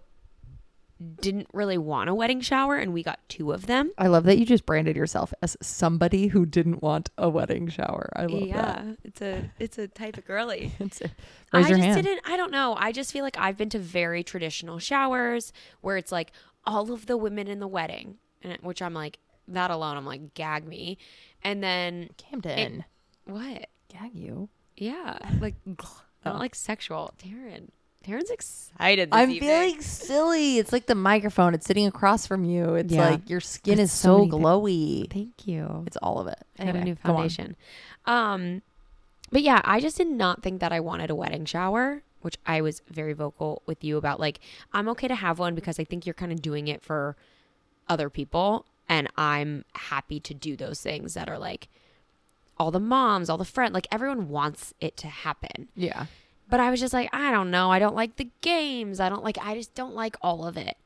Speaker 2: didn't really want a wedding shower, and we got two of them.
Speaker 1: I love that you just branded yourself as somebody who didn't want a wedding shower. I love that.
Speaker 2: it's a it's a type of girly.
Speaker 1: It's a- Raise
Speaker 2: I
Speaker 1: your
Speaker 2: just
Speaker 1: hand.
Speaker 2: didn't. I don't know. I just feel like I've been to very traditional showers where it's like all of the women in the wedding, and it- which I'm like that alone. I'm like gag me, and then
Speaker 1: Camden.
Speaker 2: what?
Speaker 1: Gag you.
Speaker 2: Yeah, like not like sexual. Taryn, Taryn's excited. This
Speaker 1: I'm
Speaker 2: evening.
Speaker 1: feeling silly. It's like the microphone. It's sitting across from you. It's
Speaker 2: Yeah.
Speaker 1: like your skin is
Speaker 2: It's so
Speaker 1: so,
Speaker 2: many thi-
Speaker 1: glowy.
Speaker 2: Thank you.
Speaker 1: It's all of it.
Speaker 2: I got a
Speaker 1: Anyway,
Speaker 2: new
Speaker 1: go on.
Speaker 2: foundation. Um, but yeah, I just did not think that I wanted a wedding shower, which I was very vocal with you about. Like, I'm okay to have one because I think you're kind of doing it for other people, and I'm happy to do those things that are like all the moms, all the friends, like everyone wants it to happen.
Speaker 1: Yeah.
Speaker 2: But I was just like, I don't know. I don't like the games. I don't like, I just don't like all of it.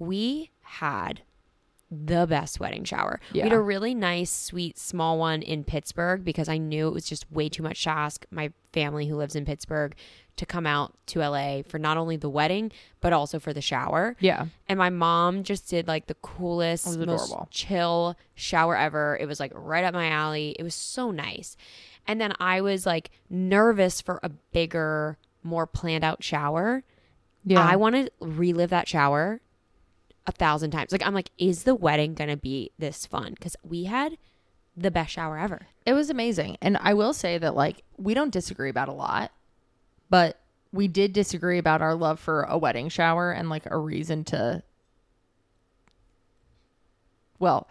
Speaker 2: We had the best wedding shower. We had
Speaker 1: Yeah.
Speaker 2: a really nice, sweet, small one in Pittsburgh because I knew it was just way too much to ask my family who lives in Pittsburgh to come out to LA for not only the wedding, but also for the shower.
Speaker 1: Yeah.
Speaker 2: And my mom just did like the coolest,
Speaker 1: was
Speaker 2: most
Speaker 1: adorable.
Speaker 2: chill shower ever. It was like right up my alley. It was so nice. And then I was like nervous for a bigger, more planned out shower.
Speaker 1: Yeah.
Speaker 2: I want to relive that shower a thousand times. Like, I'm like, is the wedding going to be this fun? Because we had the best shower ever.
Speaker 1: It was amazing. And I will say that, like, we don't disagree about a lot, but we did disagree about our love for a wedding shower and, like, a reason to. Well,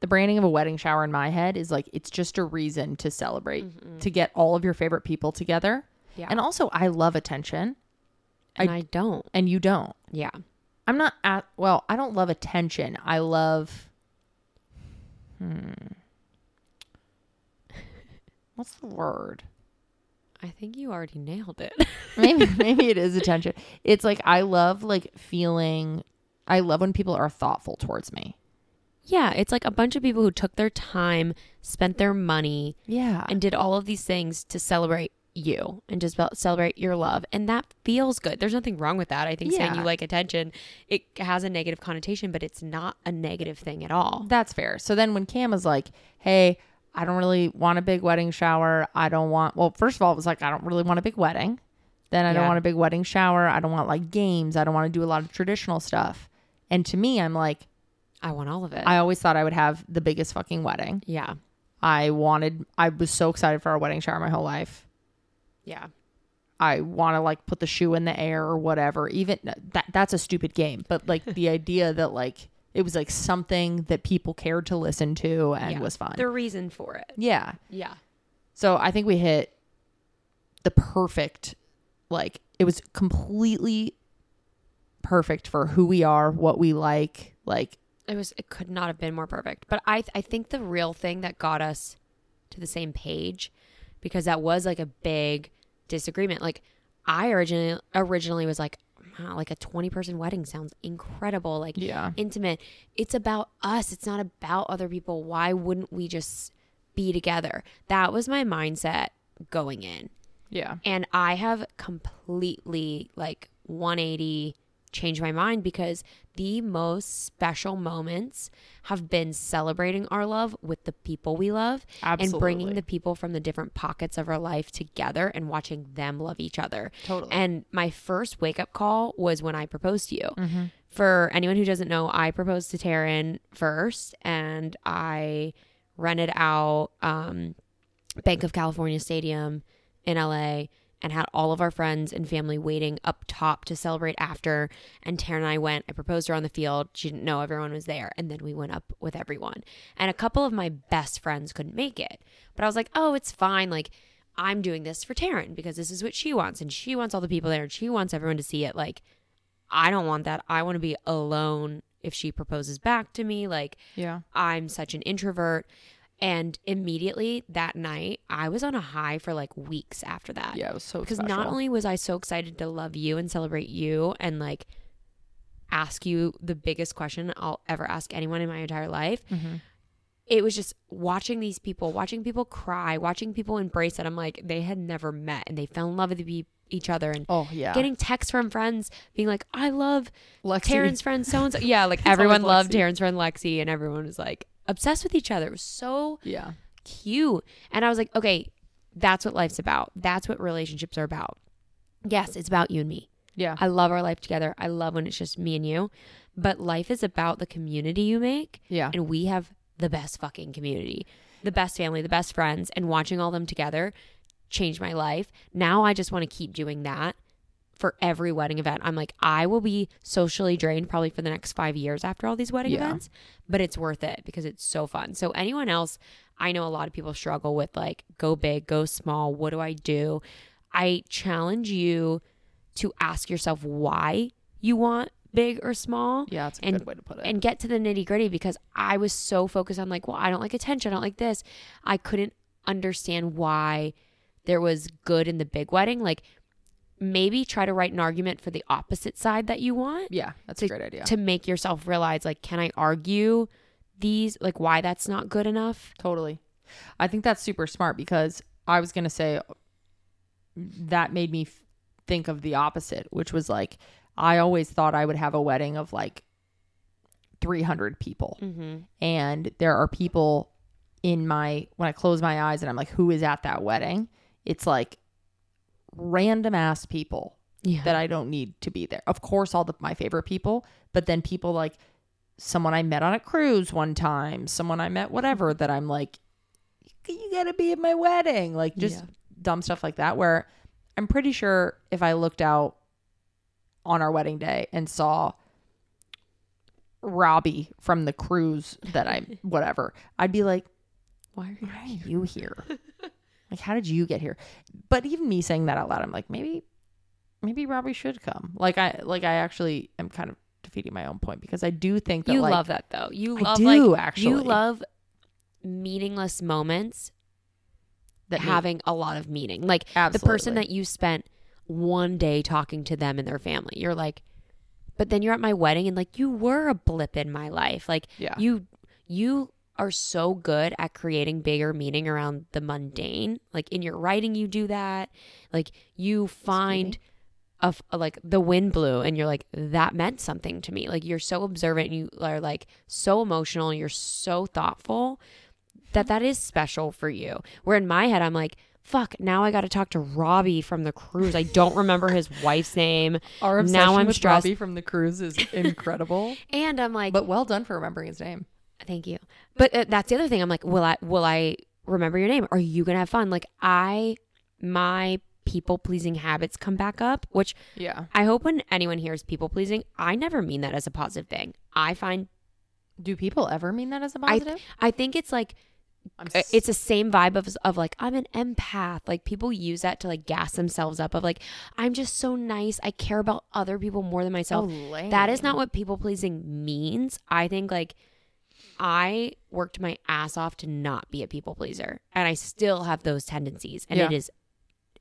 Speaker 1: the branding of a wedding shower in my head is like, it's just a reason to celebrate, to get all of your favorite people together.
Speaker 2: Yeah.
Speaker 1: And also, I love attention
Speaker 2: And I, don't.
Speaker 1: and you don't.
Speaker 2: Yeah.
Speaker 1: I'm not at, well, I don't love attention. I love hmm. What's the word?
Speaker 2: I think you already nailed it.
Speaker 1: Maybe maybe it is attention. It's like I love like feeling I love when people are thoughtful towards me.
Speaker 2: yeah. It's like a bunch of people who took their time, spent their money,
Speaker 1: Yeah.
Speaker 2: and did all of these things to celebrate you and just about celebrate your love and that feels good there's nothing wrong with that i think saying
Speaker 1: Yeah.
Speaker 2: you like attention it has a negative connotation but it's not a negative thing at all
Speaker 1: That's fair. So then when Cam was like, hey, I don't really want a big wedding shower. I don't want, well, first of all, it was like, I don't really want a big wedding. Then I don't
Speaker 2: Yeah.
Speaker 1: want a big wedding shower. I don't want like games. I don't want to do a lot of traditional stuff. And to me, I'm like,
Speaker 2: i want all of it
Speaker 1: I always thought I would have the biggest fucking wedding.
Speaker 2: yeah
Speaker 1: I wanted, I was so excited for our wedding shower my whole life.
Speaker 2: yeah
Speaker 1: I want to like put the shoe in the air or whatever. Even uh, that that's a stupid game, but like the idea that like it was like something that people cared to listen to and
Speaker 2: Yeah.
Speaker 1: was fun.
Speaker 2: the reason for it
Speaker 1: yeah.
Speaker 2: yeah
Speaker 1: So I think we hit the perfect like it was completely perfect for who we are, what we like. Like,
Speaker 2: It was it could not have been more perfect. But I I think the real thing that got us to the same page because that was like a big disagreement. Like I originally originally was like wow, like a 20 person wedding sounds incredible. Like
Speaker 1: yeah.
Speaker 2: intimate. It's about us. It's not about other people. Why wouldn't we just be together? That was my mindset going in.
Speaker 1: Yeah.
Speaker 2: And I have completely like 180 changed my mind because the most special moments have been celebrating our love with the people we love and bringing
Speaker 1: Absolutely.
Speaker 2: the people from the different pockets of our life together and watching them love each other.
Speaker 1: Totally.
Speaker 2: And my first wake up call was when I proposed to you. For anyone who doesn't know, I proposed to Taryn first and I rented out um, Bank of California Stadium in LA and had all of our friends and family waiting up top to celebrate after. And Taryn and I went. I proposed her on the field. She didn't know everyone was there. And then we went up with everyone. And a couple of my best friends couldn't make it. But I was like, oh, it's fine. Like, I'm doing this for Taryn because this is what she wants. And she wants all the people there. And she wants everyone to see it. Like, I don't want that. I want to be alone if she proposes back to me. Like,
Speaker 1: yeah.
Speaker 2: I'm such an introvert. And immediately that night, I was on a high for like weeks after that.
Speaker 1: Yeah. It was so
Speaker 2: Because not
Speaker 1: special.
Speaker 2: only was I so excited to love you and celebrate you and like ask you the biggest question I'll ever ask anyone in my entire life,
Speaker 1: Mm-hmm.
Speaker 2: it was just watching these people, watching people cry, watching people embrace it. I'm like, they had never met and they fell in love with e- each other and
Speaker 1: Oh yeah.
Speaker 2: getting texts from friends being like, I love
Speaker 1: Lexi.
Speaker 2: Taryn's friend so and so. Yeah, like
Speaker 1: always
Speaker 2: everyone loved
Speaker 1: Lexi.
Speaker 2: Taryn's friend Lexi, and everyone was like obsessed with each other. It was so
Speaker 1: Yeah.
Speaker 2: cute. And I was like, okay, that's what life's about. That's what relationships are about. Yes, it's about you and me.
Speaker 1: Yeah.
Speaker 2: I love our life together. I love when it's just me and you. But life is about the community you make.
Speaker 1: Yeah.
Speaker 2: And we have the best fucking community, the best family, the best friends, and watching all them together changed my life. Now I just want to keep doing that for every wedding event. I'm like, I will be socially drained probably for the next five years after all these wedding
Speaker 1: Yeah.
Speaker 2: events, but it's worth it because it's so fun. So, anyone else, I know a lot of people struggle with like, go big, go small. What do I do? I challenge you to ask yourself why you want big or small
Speaker 1: Yeah. It's a
Speaker 2: and-
Speaker 1: good way to put it.
Speaker 2: and get to the nitty gritty because I was so focused on like, well, I don't like attention. I don't like this. I couldn't understand why there was good in the big wedding. Like, maybe try to write an argument for the opposite side that you want
Speaker 1: yeah. That's a great idea.
Speaker 2: to make yourself realize, like, can I argue these, like, why that's not good enough?
Speaker 1: Totally. I think that's super smart because I was going to say that made me f- think of the opposite, which was like, I always thought I would have a wedding of like 300 people.
Speaker 2: Mm-hmm.
Speaker 1: And there are people in my, when I close my eyes and I'm like, who is at that wedding? It's like random ass people
Speaker 2: Yeah.
Speaker 1: that I don't need to be there. Of course, all the my favorite people, but then people like someone I met on a cruise one time, someone I met whatever that I'm like, you gotta be at my wedding, like just
Speaker 2: Yeah.
Speaker 1: dumb stuff like that. Where I'm pretty sure if I looked out on our wedding day and saw Robbie from the cruise that I whatever, I'd be like,
Speaker 2: why are you?
Speaker 1: why are you here? like, how did you get here? But even me saying that out loud, I'm like, maybe, maybe Robbie should come. Like, I, like, I actually am kind of defeating my own point because I do think that,
Speaker 2: You
Speaker 1: like,
Speaker 2: love that though. You
Speaker 1: I
Speaker 2: love
Speaker 1: do,
Speaker 2: like you
Speaker 1: actually.
Speaker 2: love meaningless moments
Speaker 1: that me-
Speaker 2: having a lot of meaning. Like the person
Speaker 1: Absolutely.
Speaker 2: that you spent one day talking to them and their family. You're like, but then you're at my wedding and like you were a blip in my life. Like
Speaker 1: Yeah.
Speaker 2: you you are so good at creating bigger meaning around the mundane. Like in your writing you do that. Like you find a f- a- like the wind blew and you're like that meant something to me. Like you're so observant and you are like so emotional, and you're so thoughtful that that is special for you. Where in my head, I'm like, fuck, now I got to talk to Robbie from the cruise. I don't remember his wife's name.
Speaker 1: our obsession
Speaker 2: now I'm
Speaker 1: with
Speaker 2: stressed.
Speaker 1: Robbie from the cruise is incredible.
Speaker 2: And I'm like,
Speaker 1: but well done for remembering his name.
Speaker 2: thank you. But uh, that's the other thing. I'm like, will I, will I remember your name? Are you going to have fun? Like I, my people pleasing habits come back up, which
Speaker 1: Yeah,
Speaker 2: I hope when anyone hears people pleasing, I never mean that as a positive thing. I find
Speaker 1: do people ever mean that as a positive?
Speaker 2: I think it's like
Speaker 1: I'm
Speaker 2: uh,
Speaker 1: s-
Speaker 2: it's the same vibe of, of like i'm an empath like people use that to like gas themselves up of like i'm just so nice i care about other people more than
Speaker 1: oh,
Speaker 2: myself that is not what people pleasing means i think like i worked my ass off to not be a people pleaser and i still have those tendencies and it
Speaker 1: Yeah.
Speaker 2: is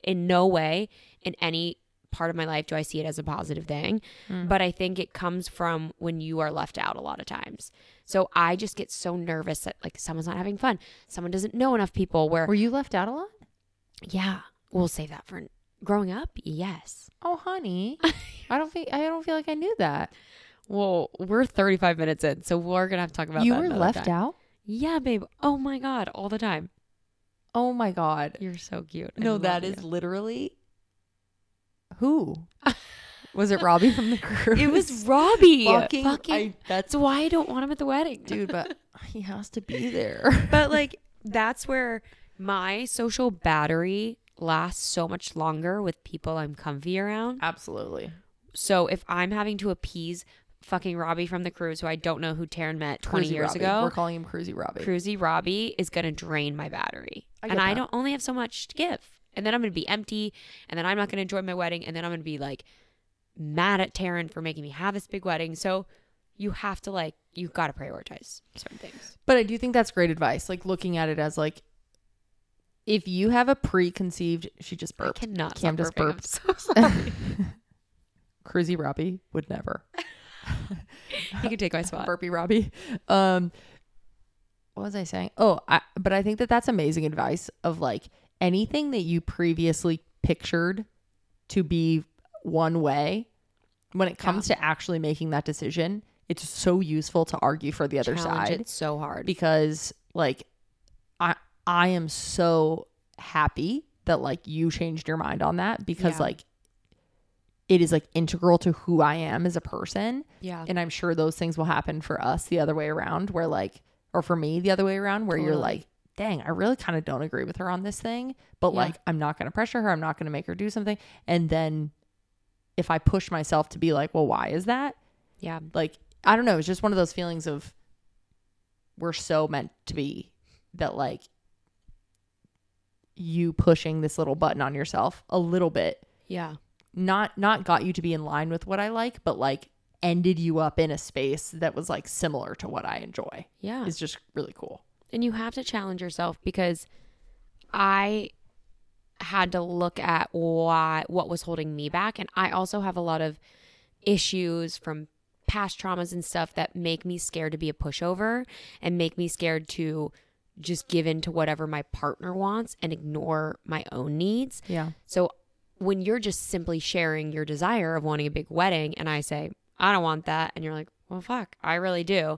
Speaker 2: in no way in any part of my life do i see it as a positive thing
Speaker 1: Mm.
Speaker 2: but i think it comes from when you are left out a lot of times so i just get so nervous that like someone's not having fun someone doesn't know enough people where
Speaker 1: Were you left out a lot?
Speaker 2: yeah we'll save that for growing up yes
Speaker 1: Oh, honey, I don't feel I don't feel like I knew that.
Speaker 2: well we're 35 minutes in so we're gonna have to talk about
Speaker 1: you were left out.
Speaker 2: Yeah, babe. Oh my god, all the time.
Speaker 1: Oh my god.
Speaker 2: You're so cute. I
Speaker 1: No,
Speaker 2: love
Speaker 1: that is
Speaker 2: you.
Speaker 1: literally who was it? Robbie from the crew?
Speaker 2: It was Robbie.
Speaker 1: fucking.
Speaker 2: Fucking.
Speaker 1: I- that's
Speaker 2: that's why I don't want him at the wedding,
Speaker 1: dude, but he has to be there.
Speaker 2: but like, that's where my social battery lasts so much longer with people I'm comfy around.
Speaker 1: Absolutely.
Speaker 2: So if I'm having to appease fucking Robbie from the cruise, who I don't know who Taryn met 20
Speaker 1: Cruisy
Speaker 2: years
Speaker 1: Robbie.
Speaker 2: ago,
Speaker 1: we're calling him Cruisy Robbie.
Speaker 2: Cruisy Robbie is gonna drain my battery,
Speaker 1: I
Speaker 2: and
Speaker 1: get
Speaker 2: I
Speaker 1: that.
Speaker 2: don't only have so much to give, and then I'm gonna be empty, and then I'm not gonna enjoy my wedding, and then I'm gonna be like mad at Taryn for making me have this big wedding. So you have to like you gotta prioritize certain things.
Speaker 1: But I do think that's great advice. Like looking at it as like, if you have a preconceived, she just
Speaker 2: I
Speaker 1: burped.
Speaker 2: cannot.
Speaker 1: Cam
Speaker 2: Cam
Speaker 1: just
Speaker 2: just burped. I'm so sorry.
Speaker 1: Cruisy Robbie would never.
Speaker 2: you can take my spot.
Speaker 1: Burpee Robbie. Um, what was I saying? Oh, I, but I think that that's amazing advice of like anything that you previously pictured to be one way when it comes to actually making that decision, it's so useful to argue for the other
Speaker 2: Challenge
Speaker 1: side
Speaker 2: it so hard.
Speaker 1: because like I I am so happy that like you changed your mind on that because
Speaker 2: Yeah.
Speaker 1: like it is like integral to who I am as a person
Speaker 2: yeah.
Speaker 1: and I'm sure those things will happen for us the other way around, where like, or for me the other way around, where you're
Speaker 2: Totally.
Speaker 1: like, dang, I really kind of don't agree with her on this thing, but
Speaker 2: Yeah.
Speaker 1: like, I'm not going to pressure her. I'm not going to make her do something. And then if I push myself to be like, well, why is that?
Speaker 2: Yeah.
Speaker 1: Like, I don't know. It's just one of those feelings of we're so meant to be that like you pushing this little button on yourself a little bit
Speaker 2: Yeah.
Speaker 1: not not got you to be in line with what I like, but like ended you up in a space that was like similar to what I enjoy.
Speaker 2: Yeah.
Speaker 1: It's just really cool.
Speaker 2: and you have to challenge yourself because i had to look at why what was holding me back and i also have a lot of issues from past traumas and stuff that make me scared to be a pushover and make me scared to just give in to whatever my partner wants and ignore my own needs
Speaker 1: Yeah.
Speaker 2: so when you're just simply sharing your desire of wanting a big wedding and I say, I don't want that, and you're like, well, fuck, I really do,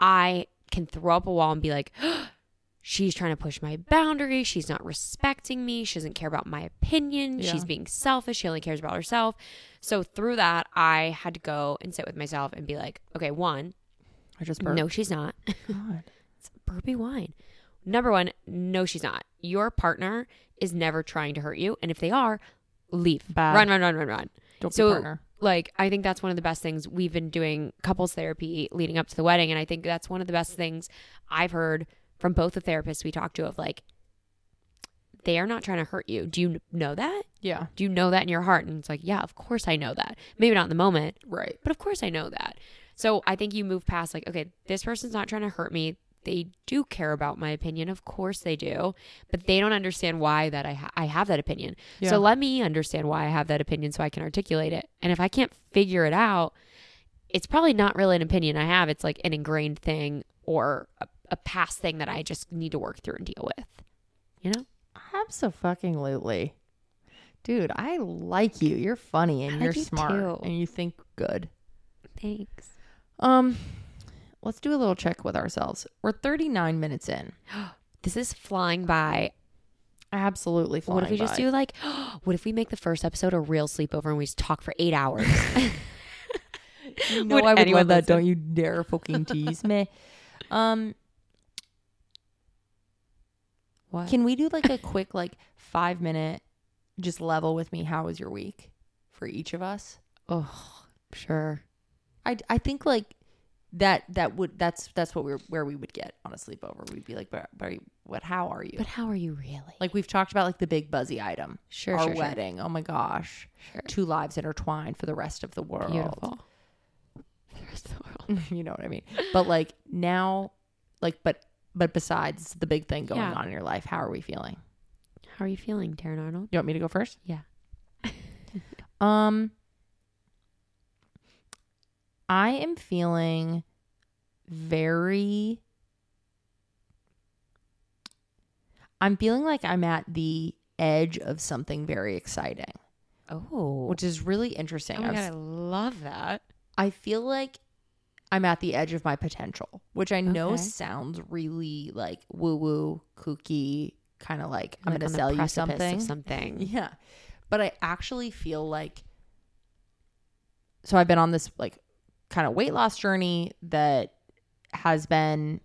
Speaker 2: I can throw up a wall and be like, she's trying to push my boundaries. She's not respecting me. She doesn't care about my opinion.
Speaker 1: Yeah.
Speaker 2: She's being selfish. She only cares about herself. So through that, I had to go and sit with myself and be like, okay, one,
Speaker 1: I just burped.
Speaker 2: no, she's not.
Speaker 1: God.
Speaker 2: It's burpee wine. Number one, no, she's not. Your partner is never trying to hurt you. And if they are, leave.
Speaker 1: Bye.
Speaker 2: Run, run, run, run, run.
Speaker 1: Don't
Speaker 2: So-
Speaker 1: be partner.
Speaker 2: Like, I think that's one of the best things we've been doing couples therapy leading up to the wedding. And I think that's one of the best things I've heard from both the therapists we talked to of like, they are not trying to hurt you. Do you know that?
Speaker 1: Yeah.
Speaker 2: Do you know that in your heart? And it's like, yeah, of course I know that. Maybe not in the moment,
Speaker 1: Right.
Speaker 2: but of course I know that. So I think you move past like, okay, this person's not trying to hurt me. They do care about my opinion. Of course they do. But they don't understand why that I ha- I have that opinion.
Speaker 1: Yeah.
Speaker 2: So let me understand why I have that opinion so I can articulate it. And if I can't figure it out, it's probably not really an opinion I have. It's like an ingrained thing or a, a past thing that I just need to work through and deal with. You know?
Speaker 1: Absolutely. Dude, I like you. You're funny and
Speaker 2: I like
Speaker 1: you're
Speaker 2: you
Speaker 1: smart
Speaker 2: too.
Speaker 1: and you think good.
Speaker 2: Thanks.
Speaker 1: Um let's do a little check with ourselves. We're 39 minutes in.
Speaker 2: This is flying by.
Speaker 1: Absolutely flying
Speaker 2: what if we just
Speaker 1: by.
Speaker 2: do like what if we make the first episode a real sleepover and we just talk for eight hours
Speaker 1: You know
Speaker 2: Would
Speaker 1: I would
Speaker 2: anyone
Speaker 1: love that.
Speaker 2: listen?
Speaker 1: Don't you dare fucking tease me. Um,
Speaker 2: what
Speaker 1: Can we do like a quick like five minute just level with me? How was your week for each of us?
Speaker 2: oh sure
Speaker 1: I I think like that that would that's that's what we're where we would get on a sleepover. We'd be like, but, but are you- what? How are you?
Speaker 2: But how are you really?
Speaker 1: Like we've talked about, like the big buzzy item,
Speaker 2: Sure,
Speaker 1: our
Speaker 2: sure, sure.
Speaker 1: wedding. Oh my gosh,
Speaker 2: Sure.
Speaker 1: two lives intertwined for the rest of the world.
Speaker 2: Beautiful. The rest of the world.
Speaker 1: you know what I mean? But like now, like but but besides the big thing going
Speaker 2: Yeah.
Speaker 1: on in your life, how are we feeling?
Speaker 2: How are you feeling, Darren Arnold?
Speaker 1: You want me to go first?
Speaker 2: Yeah.
Speaker 1: um I am feeling very I'm feeling like I'm at the edge of something very exciting,
Speaker 2: Oh.
Speaker 1: which is really interesting.
Speaker 2: oh my
Speaker 1: I, was-
Speaker 2: God, I love that.
Speaker 1: I feel like I'm at the edge of my potential, which I know
Speaker 2: Okay.
Speaker 1: sounds really like woo woo, kooky, kind of like I'm
Speaker 2: Like
Speaker 1: going
Speaker 2: on
Speaker 1: to
Speaker 2: the
Speaker 1: sell you
Speaker 2: precipice of
Speaker 1: something.
Speaker 2: something.
Speaker 1: Yeah. But I actually feel like so I've been on this like kind of weight loss journey that has been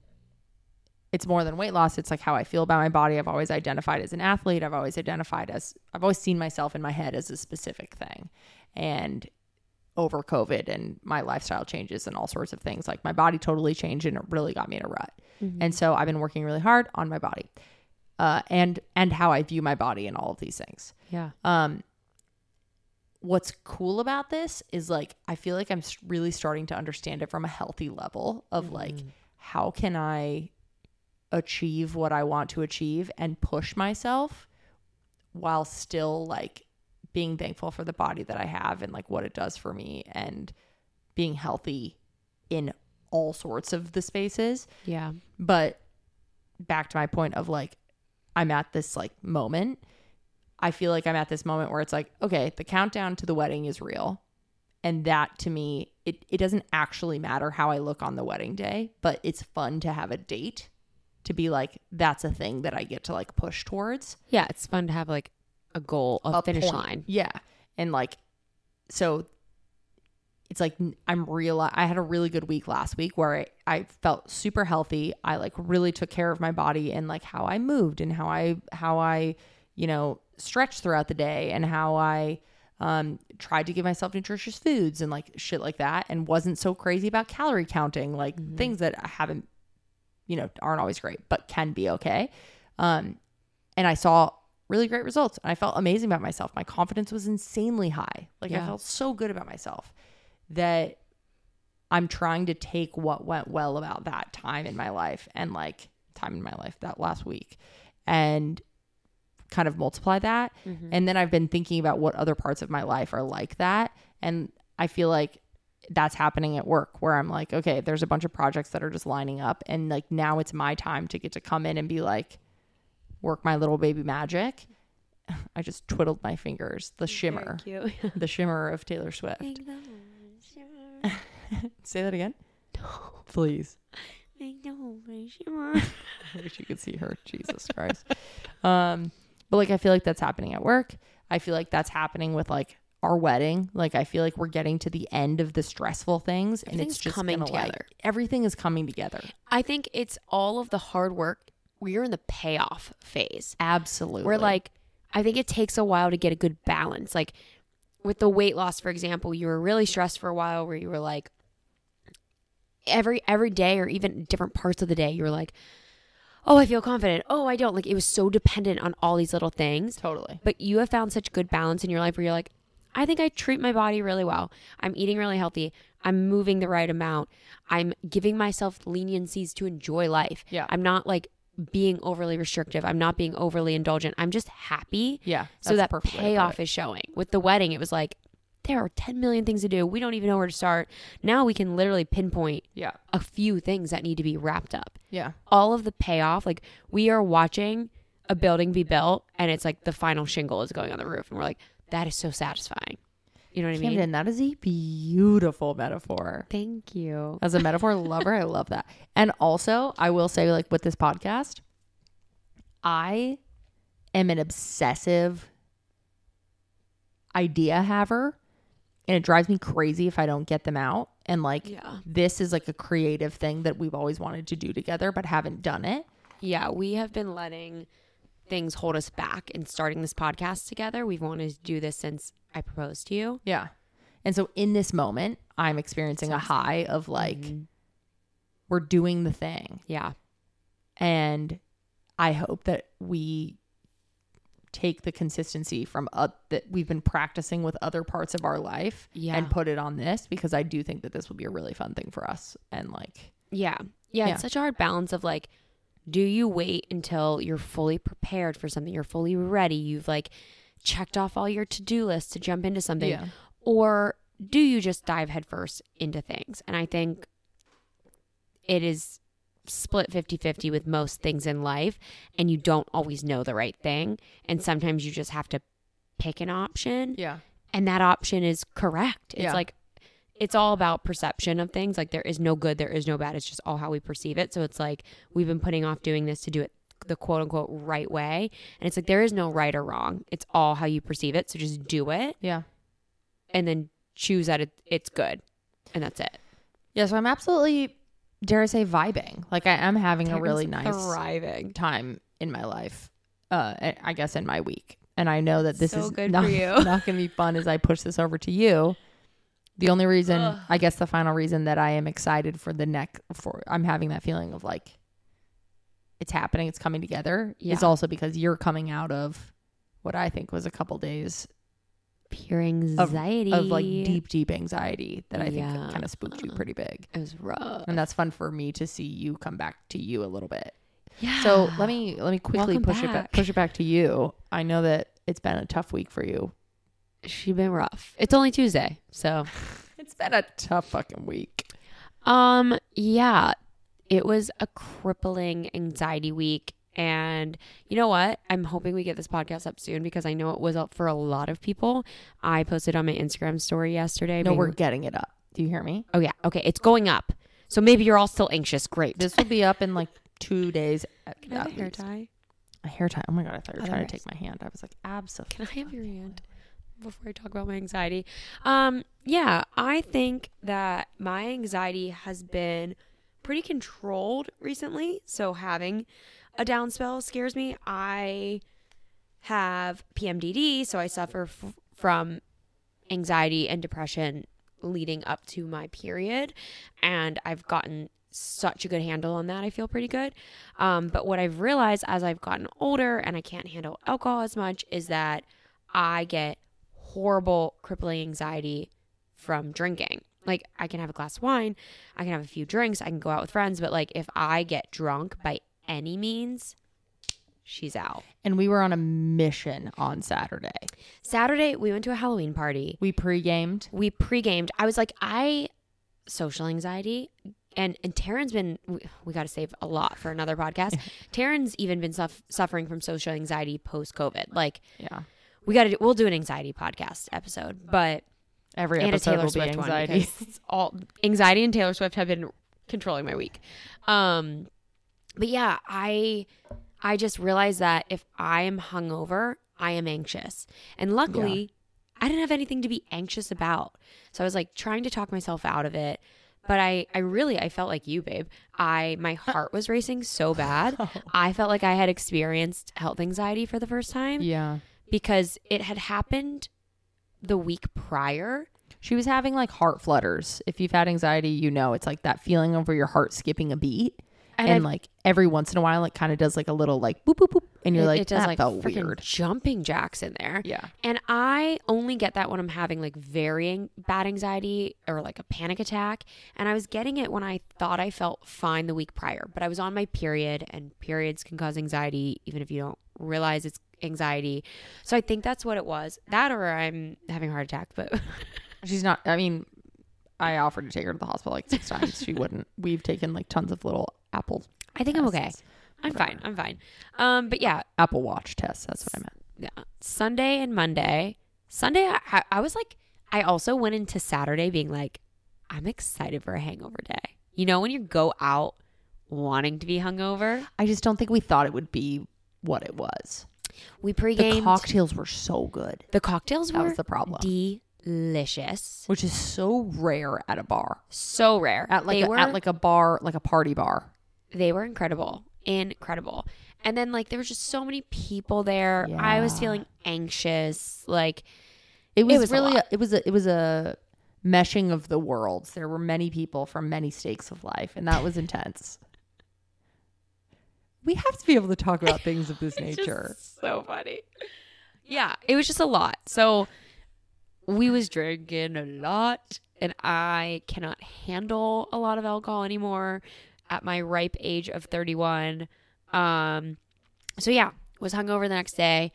Speaker 1: it's more than weight loss, it's like how I feel about my body. I've always identified as an athlete. I've always identified as I've always seen myself in my head as a specific thing. And over COVID and my lifestyle changes and all sorts of things, like my body totally changed and it really got me in a rut. And so I've been working really hard on my body. Uh, and and how I view my body and all of these things.
Speaker 2: Yeah.
Speaker 1: Um, what's cool about this is like I feel like I'm s- really starting to understand it from a healthy level of like how can I achieve what I want to achieve and push myself while still like being thankful for the body that I have and like what it does for me and being healthy in all sorts of the spaces
Speaker 2: Yeah.
Speaker 1: but back to my point of like i'm at this like moment i feel like i'm at this moment where it's like okay the countdown to the wedding is real and that to me it, it doesn't actually matter how i look on the wedding day but it's fun to have a date to be like that's a thing that i get to like push towards
Speaker 2: Yeah. It's fun to have like a goal, a, finish
Speaker 1: point.
Speaker 2: line.
Speaker 1: Yeah. And like, so it's like n- I'm real. I had a really good week last week where I, I felt super healthy. I like really took care of my body and like how I moved and how I, how I, you know, stretched throughout the day and how I, um, tried to give myself nutritious foods and like shit like that and wasn't so crazy about calorie counting, like things that I haven't, you know, aren't always great, but can be okay. Um, and I saw really great results. And I felt amazing about myself. My confidence was insanely high. Like I
Speaker 2: Yeah.
Speaker 1: felt so good about myself that I'm trying to take what went well about that time in my life and like time in my life that last week and kind of multiply that.
Speaker 2: Mm-hmm.
Speaker 1: And then I've been thinking about what other parts of my life are like that. And I feel like that's happening at work where I'm like, okay, there's a bunch of projects that are just lining up. And like now it's my time to get to come in and be like, work my little baby magic. I just twiddled my fingers, the shimmer,
Speaker 2: Very cute.
Speaker 1: the shimmer of Taylor Swift.
Speaker 2: Make the
Speaker 1: Say that again. Please. I wish you could see her. Jesus Christ. Um, but like, I feel like that's happening at work. I feel like that's happening with like our wedding. Like, I feel like we're getting to the end of the stressful things, and it's
Speaker 2: Everything's
Speaker 1: just
Speaker 2: coming
Speaker 1: gonna, like-
Speaker 2: together.
Speaker 1: everything is coming together.
Speaker 2: I think it's all of the hard work. We're in the payoff phase.
Speaker 1: Absolutely.
Speaker 2: We're like, I think it takes a while to get a good balance. Like with the weight loss, for example, you were really stressed for a while where you were like every every day or even different parts of the day, you were like, Oh, I feel confident. Oh, I don't. Like it was so dependent on all these little things.
Speaker 1: totally.
Speaker 2: But you have found such good balance in your life where you're like, I think I treat my body really well. I'm eating really healthy. I'm moving the right amount. I'm giving myself leniencies to enjoy life.
Speaker 1: Yeah.
Speaker 2: I'm not like being overly restrictive. I'm not being overly indulgent. I'm just happy.
Speaker 1: Yeah.
Speaker 2: So
Speaker 1: that's
Speaker 2: that
Speaker 1: the perfect way to put
Speaker 2: payoff
Speaker 1: it.
Speaker 2: is showing. With the wedding, it was like, there are 10 million things to do. We don't even know where to start. Now we can literally pinpoint
Speaker 1: Yeah.
Speaker 2: a few things that need to be wrapped up
Speaker 1: Yeah.
Speaker 2: all of the payoff. Like we are watching a building be built, and it's like the final shingle is going on the roof, and we're like, that is so satisfying. You know what I mean?
Speaker 1: Camden, that is a beautiful metaphor.
Speaker 2: Thank you.
Speaker 1: As a metaphor lover, I love that. And also, I will say, like with this podcast, I am an obsessive idea haver, and it drives me crazy if I don't get them out. And like,
Speaker 2: Yeah.
Speaker 1: this is like a creative thing that we've always wanted to do together, but haven't done it.
Speaker 2: Yeah, we have been letting things hold us back in starting this podcast together. We've wanted to do this since I proposed to you. Mm-hmm.
Speaker 1: Yeah. And so in this moment, I'm experiencing a high of like, we're doing the thing.
Speaker 2: Yeah.
Speaker 1: And I hope that we take the consistency from uh, that we've been practicing with other parts of our life
Speaker 2: Yeah.
Speaker 1: and put it on this because I do think that this will be a really fun thing for us. And like,
Speaker 2: Yeah. Yeah.
Speaker 1: Yeah.
Speaker 2: It's such a hard balance of like, do you wait until you're fully prepared for something? You're fully ready. You've like checked off all your to do lists to jump into something.
Speaker 1: Yeah.
Speaker 2: Or do you just dive headfirst into things? And I think it is split 50 50 with most things in life. And you don't always know the right thing. And sometimes you just have to pick an option
Speaker 1: yeah,
Speaker 2: and that option is correct. It's
Speaker 1: Yeah.
Speaker 2: like it's all about perception of things. Like there is no good, there is no bad. It's just all how we perceive it. So it's like we've been putting off doing this to do it the quote unquote right way. And it's like there is no right or wrong. It's all how you perceive it. So just do it
Speaker 1: yeah.
Speaker 2: and then choose that it, it's good. And that's it.
Speaker 1: Yeah, so I'm absolutely dare I say vibing. Like I am having a really nice
Speaker 2: thriving.
Speaker 1: time in my life. Uh I- I guess in my week. And I know that this
Speaker 2: So
Speaker 1: is
Speaker 2: good for
Speaker 1: not,
Speaker 2: you.
Speaker 1: not going to be fun as I push this over to you. The only reason,
Speaker 2: Ugh.
Speaker 1: I guess the final reason that I am excited for the next for I'm having that feeling of like it's happening, it's coming together
Speaker 2: Yeah.
Speaker 1: is also because you're coming out of what I think was a couple days
Speaker 2: Pure anxiety
Speaker 1: of like deep deep anxiety that I
Speaker 2: Yeah.
Speaker 1: think kind of spooked you pretty big.
Speaker 2: It was rough.
Speaker 1: and that's fun for me to see you come back to you a little bit.
Speaker 2: Yeah.
Speaker 1: So let me let me quickly
Speaker 2: Welcome
Speaker 1: push it
Speaker 2: back.
Speaker 1: back push it back to you. I know that it's been a tough week for you.
Speaker 2: she been rough. It's only Tuesday, so
Speaker 1: It's been a tough fucking week.
Speaker 2: Um, yeah, it was a crippling anxiety week. And you know what? I'm hoping we get this podcast up soon because I know it was up for a lot of people. I posted on my Instagram story yesterday.
Speaker 1: No,
Speaker 2: being-
Speaker 1: we're getting it up. Do you hear me?
Speaker 2: oh, yeah. Okay. It's going up. So maybe you're all still anxious. Great.
Speaker 1: This will be up in like two days. At,
Speaker 2: Can I have a
Speaker 1: at
Speaker 2: hair
Speaker 1: least.
Speaker 2: tie?
Speaker 1: A hair tie. Oh my god, I thought you were trying
Speaker 2: Otherwise-
Speaker 1: to take my hand. I was like, absolutely.
Speaker 2: Can I have your hand before I talk about my anxiety? Um, yeah, I think that my anxiety has been pretty controlled recently. So having a down spell scares me. I have PMDD, so I suffer f- from anxiety and depression leading up to my period and I've gotten such a good handle on that. I feel pretty good. Um, but what I've realized as I've gotten older and I can't handle alcohol as much is that I get horrible crippling anxiety from drinking. Like I can have a glass of wine, I can have a few drinks, I can go out with friends, but like if I get drunk by any means, she's out.
Speaker 1: And we were on a mission on Saturday.
Speaker 2: Saturday we went to a Halloween party.
Speaker 1: We pre-gamed.
Speaker 2: we pre-gamed. I was like, I social anxiety, and and Taryn's been. We, we got to save a lot for another podcast. Taryn's even been suff- suffering from social anxiety post COVID. Like
Speaker 1: Yeah.
Speaker 2: we got to. We'll do an anxiety podcast episode, but
Speaker 1: Every
Speaker 2: and a
Speaker 1: episode
Speaker 2: Taylor
Speaker 1: will be
Speaker 2: Swift one
Speaker 1: anxiety.
Speaker 2: because it's all anxiety and Taylor Swift have been controlling my week. Um, but yeah, I I just realized that if I am hungover, I am anxious, and luckily, I didn't have anything to be anxious about. So I was like trying to talk myself out of it. But I, I really, I felt like you, babe. I, my heart was racing so bad. I felt like I had experienced health anxiety for the first time
Speaker 1: yeah.
Speaker 2: because it had happened the week prior.
Speaker 1: She was having like heart flutters. If you've had anxiety, you know it's like that feeling over your heart skipping a beat.
Speaker 2: And
Speaker 1: And,
Speaker 2: I-
Speaker 1: like every once in a while, it kind of does like a little like boop, boop, boop. And you're
Speaker 2: it,
Speaker 1: like,
Speaker 2: it does
Speaker 1: that
Speaker 2: like
Speaker 1: felt
Speaker 2: freaking
Speaker 1: weird.
Speaker 2: jumping jacks in there.
Speaker 1: Yeah.
Speaker 2: And I only get that when I'm having like varying bad anxiety or like a panic attack. And I was getting it when I thought I felt fine the week prior, but I was on my period, and periods can cause anxiety even if you don't realize it's anxiety. So I think that's what it was. That or I'm having a heart attack, but
Speaker 1: She's not, I mean, I offered to take her to the hospital like six times. She wouldn't. We've taken like tons of little Apple
Speaker 2: I think I'm okay.
Speaker 1: tests.
Speaker 2: I'm fine. I'm fine. Um, but yeah,
Speaker 1: Apple Watch tests. That's what I meant.
Speaker 2: yeah, Sunday and Monday. Sunday, I- I, I was like, I also went into Saturday being like, I'm excited for a hangover day. You know, when you go out wanting to be hungover,
Speaker 1: I just don't think we thought it would be what it was.
Speaker 2: we
Speaker 1: The
Speaker 2: pregame.
Speaker 1: cocktails were so good.
Speaker 2: the cocktails
Speaker 1: That
Speaker 2: were
Speaker 1: was the problem,
Speaker 2: delicious.
Speaker 1: which is so rare at a bar.
Speaker 2: So rare.
Speaker 1: At like,
Speaker 2: they
Speaker 1: a,
Speaker 2: were,
Speaker 1: at like a bar, like a party bar.
Speaker 2: they were incredible. Incredible. And then like there was just so many people there. I was
Speaker 1: Yeah.
Speaker 2: feeling anxious. Like
Speaker 1: It was,
Speaker 2: was a
Speaker 1: really
Speaker 2: lot.
Speaker 1: a- it was a it was a meshing of the worlds. There were many people from many stakes of life, and that was intense. We have to be able to talk about things of this
Speaker 2: It's
Speaker 1: nature.
Speaker 2: just so funny. Yeah, it was just a lot. So we was drinking a lot, and I cannot handle a lot of alcohol anymore at my ripe age of 31. Um, so yeah, was hungover the next day.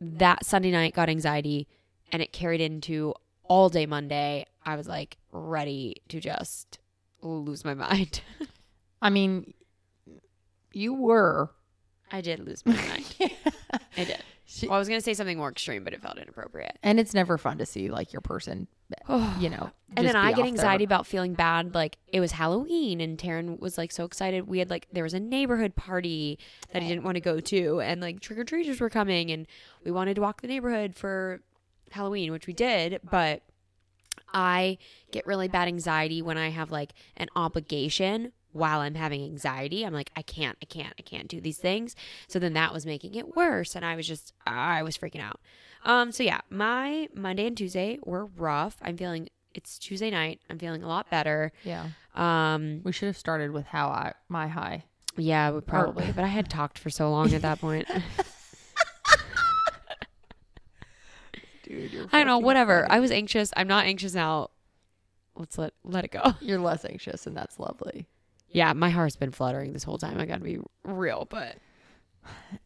Speaker 2: That Sunday night got anxiety, and it carried into all day Monday. I was like ready to just lose my mind.
Speaker 1: I mean, you were.
Speaker 2: I did lose my mind. I did.
Speaker 1: She-
Speaker 2: Well, I was gonna say something more extreme, but it felt inappropriate.
Speaker 1: and it's never fun to see like your person, you know.
Speaker 2: Oh, and
Speaker 1: just
Speaker 2: then I
Speaker 1: be
Speaker 2: get
Speaker 1: off
Speaker 2: anxiety
Speaker 1: Their,
Speaker 2: about feeling bad. Like it was Halloween, and Taryn was like so excited. We had like there was a neighborhood party that I didn't want to go to, and like trick or treaters were coming, and we wanted to walk the neighborhood for Halloween, which we did. But I get really bad anxiety when I have like an obligation while I'm having anxiety. I'm like I can't, I can't, I can't do these things. So then that was making it worse, and I was just I was freaking out. Um, so yeah, my Monday and Tuesday were rough. I'm feeling it's Tuesday night. I'm feeling a lot better.
Speaker 1: yeah,
Speaker 2: Um,
Speaker 1: we should have started with how I my high.
Speaker 2: yeah, we probably, but I had talked for so long at that point.
Speaker 1: Dude, you're
Speaker 2: I don't know, whatever. I was anxious. I'm not anxious now. Let's let let it go.
Speaker 1: You're less anxious, and that's lovely.
Speaker 2: Yeah, my heart's been fluttering this whole time. I gotta be real, but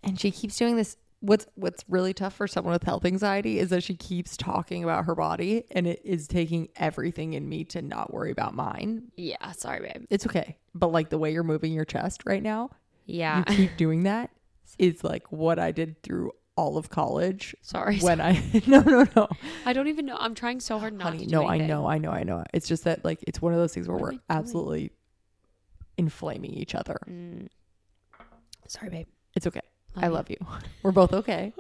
Speaker 1: And she keeps doing this. What's what's really tough for someone with health anxiety is that she keeps talking about her body, and it is taking everything in me to not worry about mine.
Speaker 2: yeah, sorry, babe.
Speaker 1: It's okay, but like the way you're moving your chest right now,
Speaker 2: Yeah,
Speaker 1: you keep doing that is like what I did through all of college.
Speaker 2: sorry.
Speaker 1: When I no no no,
Speaker 2: I don't even know. I'm trying so hard not
Speaker 1: honey,
Speaker 2: to. Do
Speaker 1: no, I
Speaker 2: anything.
Speaker 1: know, I know, I know. It's just that like it's one of those things where
Speaker 2: What am
Speaker 1: we're
Speaker 2: I doing?
Speaker 1: absolutely inflaming each other.
Speaker 2: Mm. Sorry, babe.
Speaker 1: It's okay.
Speaker 2: Love
Speaker 1: I
Speaker 2: you.
Speaker 1: love you. Um, We're both okay.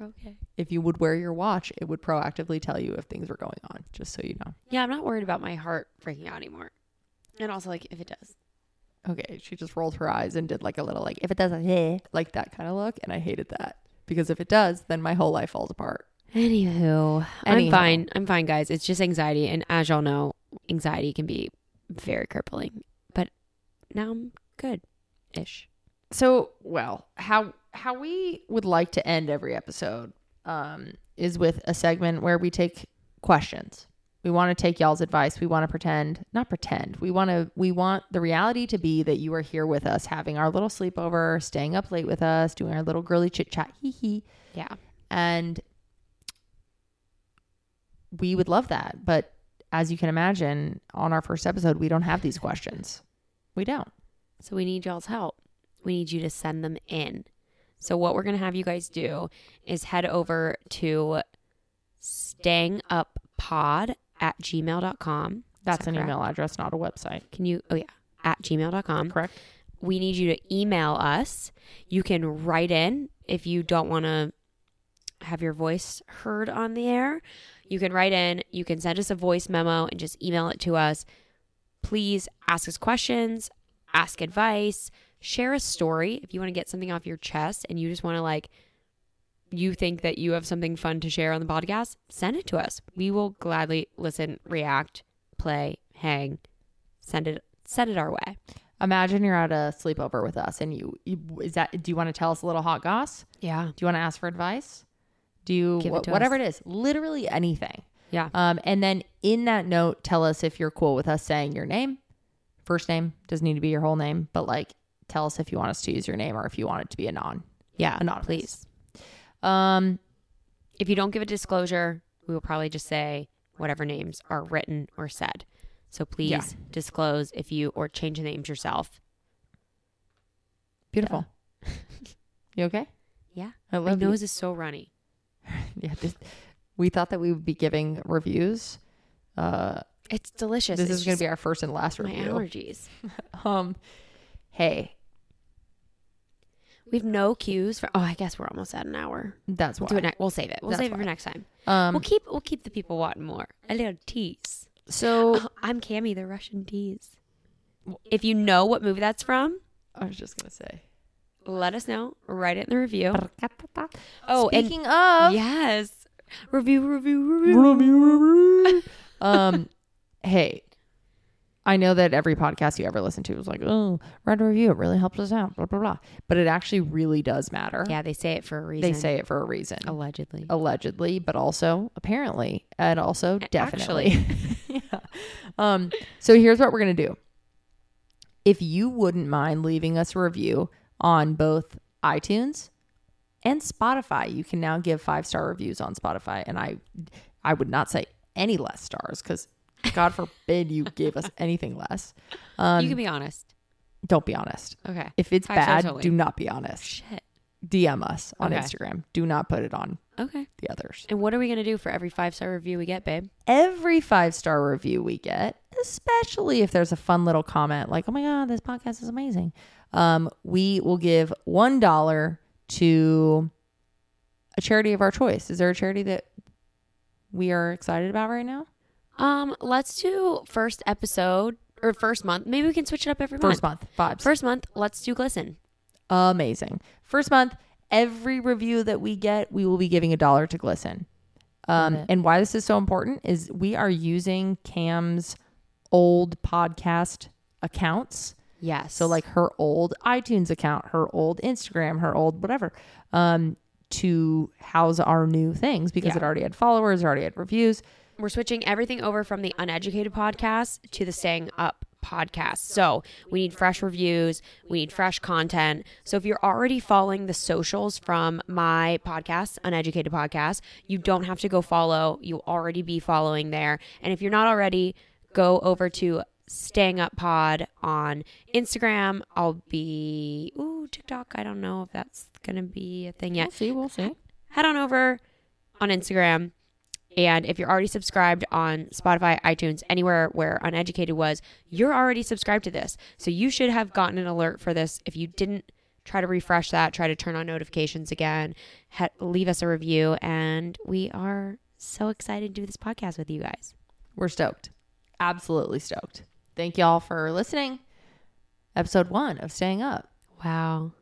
Speaker 2: We're okay.
Speaker 1: if you would wear your watch, it would proactively tell you if things were going on, just so you know.
Speaker 2: Yeah, I'm not worried about my heart freaking out anymore. And also, like, if it does.
Speaker 1: Okay, she just rolled her eyes and did like a little like if it doesn't eh, like that kind of look, and I hated that because if it does, then my whole life falls apart.
Speaker 2: Anywho, I'm
Speaker 1: Anyhow.
Speaker 2: fine. I'm fine, guys. It's just anxiety, and as y'all know, anxiety can be very crippling. But now I'm good, ish.
Speaker 1: So, well, how how we would like to end every episode um, is with a segment where we take questions. We want to take y'all's advice. We want to pretend, not pretend. We want to we want the reality to be that you are here with us, having our little sleepover, staying up late with us, doing our little girly chit chat, hee hee.
Speaker 2: Yeah,
Speaker 1: And we would love that. But as you can imagine, on our first episode, we don't have these questions. We don't.
Speaker 2: So we need y'all's help. We need you to send them in. So what we're going to have you guys do is head over to stayinguppod at gmail.com.
Speaker 1: That's
Speaker 2: that
Speaker 1: an
Speaker 2: correct?
Speaker 1: email address, not a website.
Speaker 2: Can you, oh yeah, at gmail.com.
Speaker 1: Correct?
Speaker 2: we need you to email us. You can write in if you don't want to have your voice heard on the air. You can write in, you can send us a voice memo and just email it to us. Please ask us questions, ask advice, share a story if you want to get something off your chest and you just want to like you think that you have something fun to share on the podcast, send it to us. We will gladly listen, react, play, hang, send it send it our way.
Speaker 1: Imagine you're at a sleepover with us and you, you is that do you want to tell us a little hot goss?
Speaker 2: Yeah.
Speaker 1: Do you want to ask for advice? Do you
Speaker 2: Give it
Speaker 1: wha-
Speaker 2: to
Speaker 1: whatever it is, literally anything.
Speaker 2: Yeah.
Speaker 1: Um, and then in that note, tell us if you're cool with us saying your name, first name doesn't need to be your whole name, but like tell us if you want us to use your name or if you want it to be a non.
Speaker 2: Yeah.
Speaker 1: Anonymous.
Speaker 2: Please.
Speaker 1: Um,
Speaker 2: If you don't give a disclosure, we will probably just say whatever names are written or said. So please
Speaker 1: Yeah.
Speaker 2: disclose if you or change the names yourself.
Speaker 1: beautiful. you okay?
Speaker 2: Yeah.
Speaker 1: I
Speaker 2: My
Speaker 1: love you.
Speaker 2: nose is so runny.
Speaker 1: Yeah, this, we thought that we would be giving reviews. Uh,
Speaker 2: It's delicious.
Speaker 1: this is going to be our first and last
Speaker 2: my
Speaker 1: review.
Speaker 2: allergies.
Speaker 1: Um, hey,
Speaker 2: We have no cues for. Oh, I guess we're almost at an hour.
Speaker 1: that's why.
Speaker 2: Do it next. We'll save it. We'll
Speaker 1: That's
Speaker 2: save it
Speaker 1: why.
Speaker 2: for next time.
Speaker 1: Um,
Speaker 2: we'll keep. We'll keep the people wanting more. A little tease.
Speaker 1: so
Speaker 2: Oh, I'm Cammy, the Russian tease. If you know what movie that's from,
Speaker 1: I was just going to say.
Speaker 2: let us know. Write it in the review. Oh, and
Speaker 1: Speaking of
Speaker 2: Yes. Review, review, review.
Speaker 1: review, review, Um, hey, I know that every podcast you ever listen to was like, oh, write a review. It really helps us out, blah, blah, blah. But it actually really does matter.
Speaker 2: Yeah, they say it for a reason.
Speaker 1: They say it for a reason.
Speaker 2: allegedly.
Speaker 1: Allegedly, but also apparently, and also definitely. yeah. Um, so here's what we're going to do. If you wouldn't mind leaving us a review on both iTunes and Spotify, you can now give five star reviews on Spotify. And I, I would not say any less stars because God forbid you gave us anything less. Um,
Speaker 2: you can be honest.
Speaker 1: don't be honest.
Speaker 2: Okay.
Speaker 1: If it's
Speaker 2: Five
Speaker 1: bad,
Speaker 2: stars only.
Speaker 1: do not be honest.
Speaker 2: Shit.
Speaker 1: DM us on
Speaker 2: Okay.
Speaker 1: Instagram. Do not put it on
Speaker 2: Okay.
Speaker 1: the others.
Speaker 2: And what are we gonna do for every five star review we get, babe?
Speaker 1: every five star review we get, especially if there's a fun little comment like, oh my God, this podcast is amazing, um, we will give $1 to a charity of our choice. Is there a charity that we are excited about right now?
Speaker 2: Um, let's do first episode or first month. Maybe we can switch it up every
Speaker 1: First
Speaker 2: month.
Speaker 1: month, vibes.
Speaker 2: First month, let's do glisten.
Speaker 1: amazing. First month, every review that we get, we will be giving a dollar to Glisten. Um, and why this is so important is we are using Cam's old podcast accounts.
Speaker 2: Yes.
Speaker 1: So like her old iTunes account, her old Instagram, her old whatever, um, to house our new things because
Speaker 2: Yeah.
Speaker 1: it already had followers, it already had reviews.
Speaker 2: we're switching everything over from the uneducated podcast to the staying up podcast. So we need fresh reviews, we need fresh content. So if you're already following the socials from my podcast, Uneducated Podcast, you don't have to go follow. You'll already be following there. And if you're not already, go over to Staying Up Pod on Instagram. I'll be ooh TikTok. I don't know if that's gonna be a thing yet
Speaker 1: see, we'll see.
Speaker 2: head on over on Instagram. And if you're already subscribed on Spotify, iTunes, anywhere where Uneducated was, you're already subscribed to this. So you should have gotten an alert for this. If you didn't, try to refresh that, try to turn on notifications again, he- leave us a review. And we are so excited to do this podcast with you guys.
Speaker 1: We're stoked. Absolutely stoked. Thank y'all for listening. Episode one of Staying Up.
Speaker 2: Wow.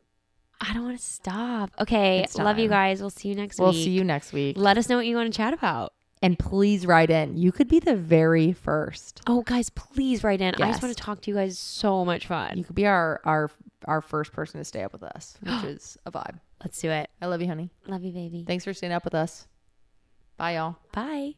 Speaker 2: I don't want to stop. Okay.
Speaker 1: It's
Speaker 2: Love you
Speaker 1: time.
Speaker 2: guys. We'll see you next
Speaker 1: We'll
Speaker 2: week.
Speaker 1: see you next week.
Speaker 2: Let us know what you want to chat about.
Speaker 1: And please write in. You could be the very first.
Speaker 2: Oh, guys, please write in. I just
Speaker 1: Yes.
Speaker 2: want to talk to you guys. So much fun.
Speaker 1: You could be our our our first person to stay up with us, which is a vibe.
Speaker 2: Let's do it.
Speaker 1: I love you, honey.
Speaker 2: Love you, baby.
Speaker 1: Thanks for staying up with us. Bye, y'all.
Speaker 2: Bye.